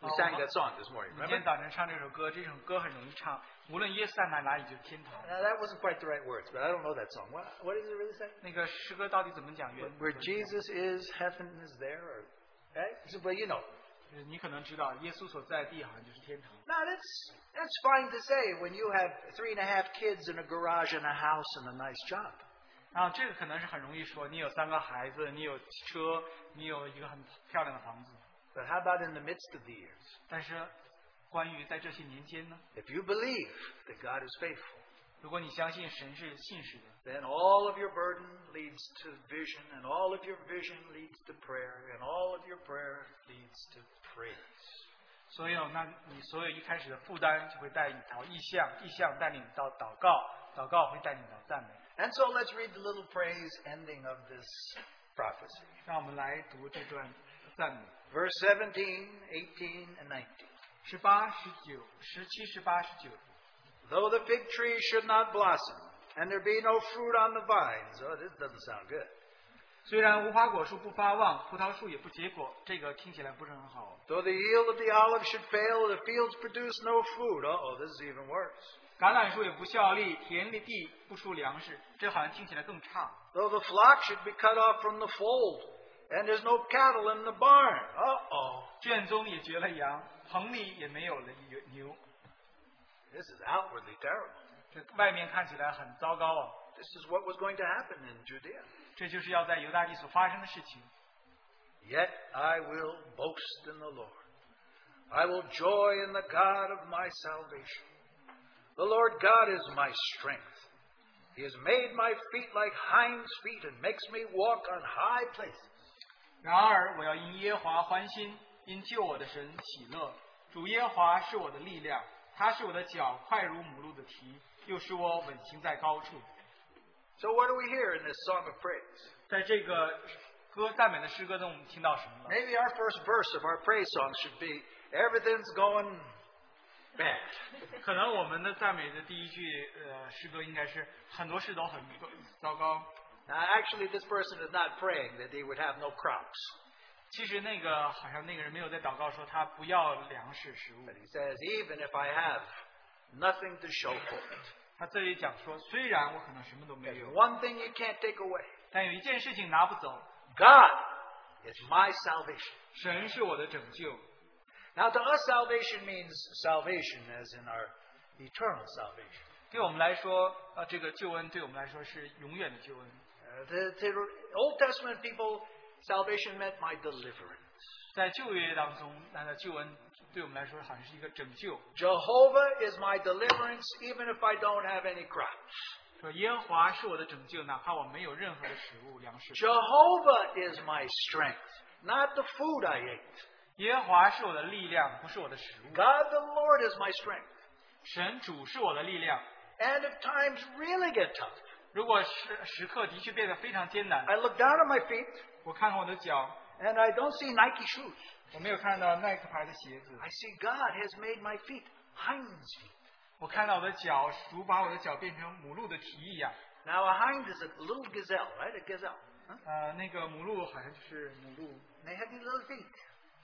We Oh, sang huh? that song this morning, 我 remember? 们今天早晨唱这首歌，这首歌很容易唱，无论耶稣在哪，哪里就是天堂。 Now, that wasn't quite the right words, but I don't know that song. What, what does it really say? 那个诗歌到底怎么讲？原 Where Jesus is, heaven is there, or right? So, well, you know. 就是你可能知道，耶稣所在的地好像就是天堂。 Now that's that's fine to say when you have three and a half kids in a garage and a house and a nice job. 啊，这个可能是很容易说，你有三个孩子，你有车，你有一个很漂亮的房子。 But how about in the midst of the years? 但是，关于在这些年间呢， If you believe that God is faithful, 如果你相信神是信实的， then all of your burden leads to vision, and all of your vision leads to prayer, and all of your prayer leads to praise. 所有那你所有一开始的负担就会带你到意向，意向带领你到祷告，祷告会带领你到赞美。 And so let's read the little praise ending of this prophecy. 让我们来读这段赞美， Verse 17, 18, and 19. 十八、十九、十七、十八、十九。 Though the fig tree should not blossom, and there be no fruit on the vines. Oh, this doesn't sound good. 虽然无花果树不发旺，葡萄树也不结果，这个听起来不是很好。 Though the yield of the olive should fail, the fields produce no food. Uh oh, this is even worse. 橄榄树也不效力，田里地不出粮食，这好像听起来更差。 Though the flock should be cut off from the fold, and there's no cattle in the barn. Uh oh, 圈中也绝了羊，棚里也没有了牛牛， this is outwardly terrible. 这外面看起来很糟糕啊！ This is what was going to happen in Judea. 这就是要在犹大地所发生的事情。 Yet I will boast in the Lord. I will joy in the God of my salvation. The Lord God is my strength. He has made my feet like hinds' feet and makes me walk on high places. 然而我要因耶和华欢心，因救我的神喜乐。主耶和华是我的力量，他是我的脚快如母鹿的蹄，又使我稳行在高处。 So, what do we hear in this song of praise? 在这个歌赞美的诗歌中，我们听到什么呢？ Maybe our first verse of our praise song should be Everything's going bad. 可能我们的赞美的第一句呃诗歌应该是很多事都很糟糕。 Now, actually, this person is not praying that he would have no crops, 其实那个好像那个人没有在祷告说他不要粮食食物 but，he says, Even if I have nothing to show for it. 他这里讲说虽然我可能什么都没 There's 有， one thing you can't take away 但有一件事情拿不走， God is my salvation. 神是我的拯救。 Now, to us, salvation means salvation as in our eternal salvation. 对我们来说，呃，这个救恩对我们来说是永远的救恩。 Uh, the, the Old Testament people, salvation meant my deliverance. 在旧约当中，那个救恩对我们来说好像是一个拯救， Jehovah is my deliverance even if I don't have any crops. 说耶和华是我的拯救，哪怕我没有任何的食物粮食。 Jehovah is my strength, not the food I ate. 耶和华是我的力量，不是我的食物。 God the Lord is my strength. 神主是我的力量。 And if times really get tough, 如果时时刻的确变得非常艰难， I look down at my feet 我看看我的脚， and I don't see Nike shoes. 我没有看到耐克牌的鞋子， I see God has made my feet hinds feet. 我看到我的脚，主把我的脚变成母鹿的蹄一样。 Now a hind is a little gazelle, right? A gazelle. Huh? 呃，那个母鹿好像就是母鹿， And They have these little feet.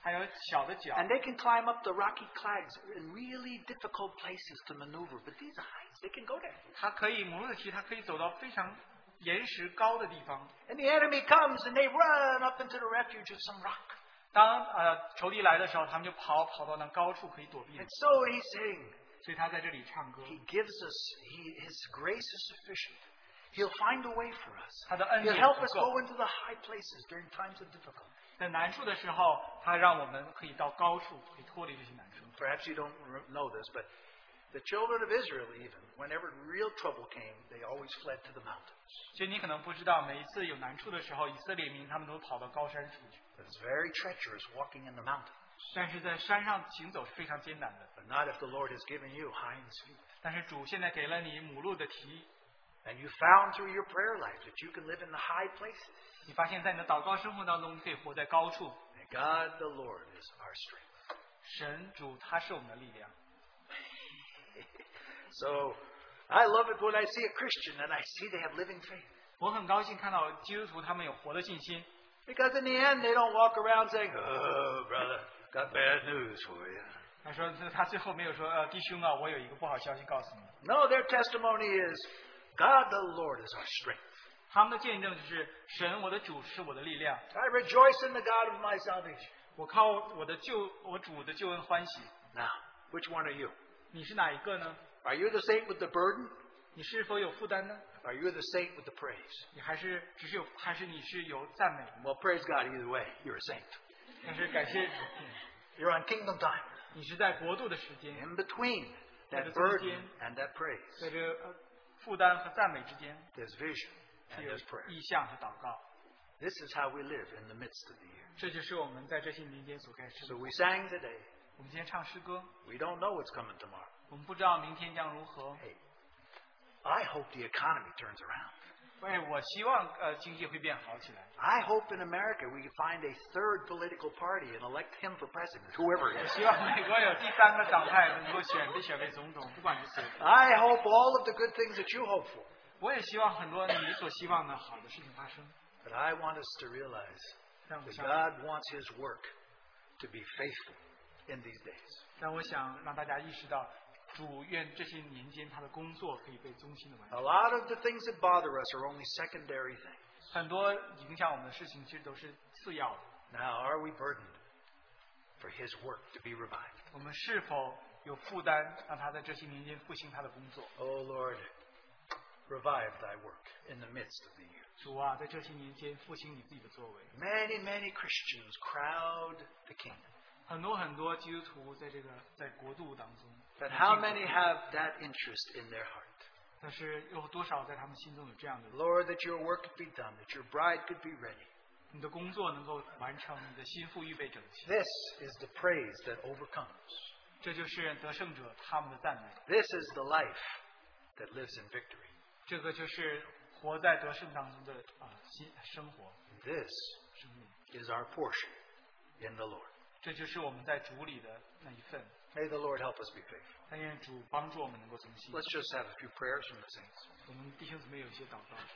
还有小的脚。 And they can climb up the rocky crags in really difficult places to maneuver. But these hinds, they can go there. 它可以母鹿的蹄，它可以走到非常岩石高的地方。 And the enemy comes and they run up into the refuge of some rock. 当呃仇敌来的时候，他们就跑跑到那高处可以躲避 And。so he's saying, 所以他在这里唱歌， He gives us, he, His grace is sufficient. He'll find a way for us. 他的恩典 He'll help 足 us 够 go。into the high places during times of difficulty. 在难处的时候，他让我们可以到高处，可以脱离这些难处。 Perhaps you don't re- know this, but the children of Israel, even, whenever real trouble came, they always fled to the mountains. 所以你可能不知道，每一次有难处的时候，以色列民他们都跑到高山处去。 But it's very treacherous walking in the mountain, 但是在山上行走是非常艰难的。 but not if the Lord has given you hinds feet. 但是主现在给了你母鹿的蹄， And you found through your prayer life that you can live in the high places. 你发现在你的祷告生活当中，你可以活在高处。 And God the Lord is our strength. 神主他是我们的力量。 So I love it when I see a Christian and I see they have living faith. 我很高兴看到基督徒他们有活的信心， Because in the end, they don't walk around saying, Oh, brother, got bad news for you. 他说 他最后没有说呃弟兄啊，我有一个不好消息告诉你。 No, their testimony is, God the Lord is our strength. 他们的见证就是神我的主是我的力量， I rejoice in the God of my salvation. 我靠我的救我主的救恩欢喜。 Now, which one are you? 你是哪一个呢？ Are you the saint with the burden? 你是否有负担呢？ Are you the saint with the praise? 你还是只是有，还是你是有赞美的？ Well, praise God either way. You're a saint. 但是感谢主， You're on kingdom time. 你是在国度的时间， In between that That is burden within. and that 在 praise, 这呃负担和赞美之间 there's vision 是 and 有 there's prayer. 意向和祷告。 This is how we live in the midst of the year. 这就是我们在这些民间所该吃 So 的。 we sang today. 我们今天唱诗歌， We don't know what's coming tomorrow. 我们不知道明天将如何。 Hey, I hope the economy turns around. 哎，我希望呃经济会变好起来。 I hope in America we can find a third political party and elect him for president, whoever he is. 希望美国有第三个党派能够选被选为总统，不管是谁。 I hope all of the good things that you hope for. 我也希望很多你所希望的好的事情发生。 But I want us to realize 让我 that 想， God wants his work to be faithful in these days. 让我想让大家意识到，主愿这些年间他的工作可以被忠心的完成。 A lot of the things that bother us are only secondary things. 很多影响我们的事情其实都是次要的。 Now, are we burdened for his work to be revived? 我们是否有负担让他在这些年间复兴他的工作？ O Oh, Lord, revive thy work in the midst of the year. 主啊，在这些年间复兴你自己的作为。 Many, many Christians crowd the kingdom. 很多很多基督徒在这个在国度当中， But how many have that interest in their heart? 但是有多少在他们心中有这样的？ Lord, that your work could be done, that your bride could be ready. 你的工作能够完成，你的心腹预备整齐， This is the praise that overcomes. 这就是得胜者他们的赞美。 This is the life that lives in victory. 这个就是活在得胜当中的啊心生活 This 生命， is our portion in the Lord. 这就是我们在主里的那一份。 May the Lord help us be faithful. 但愿主帮助我们能够从心。 Let's just have a few prayers from the saints. 我们弟兄姊妹有一些祷告。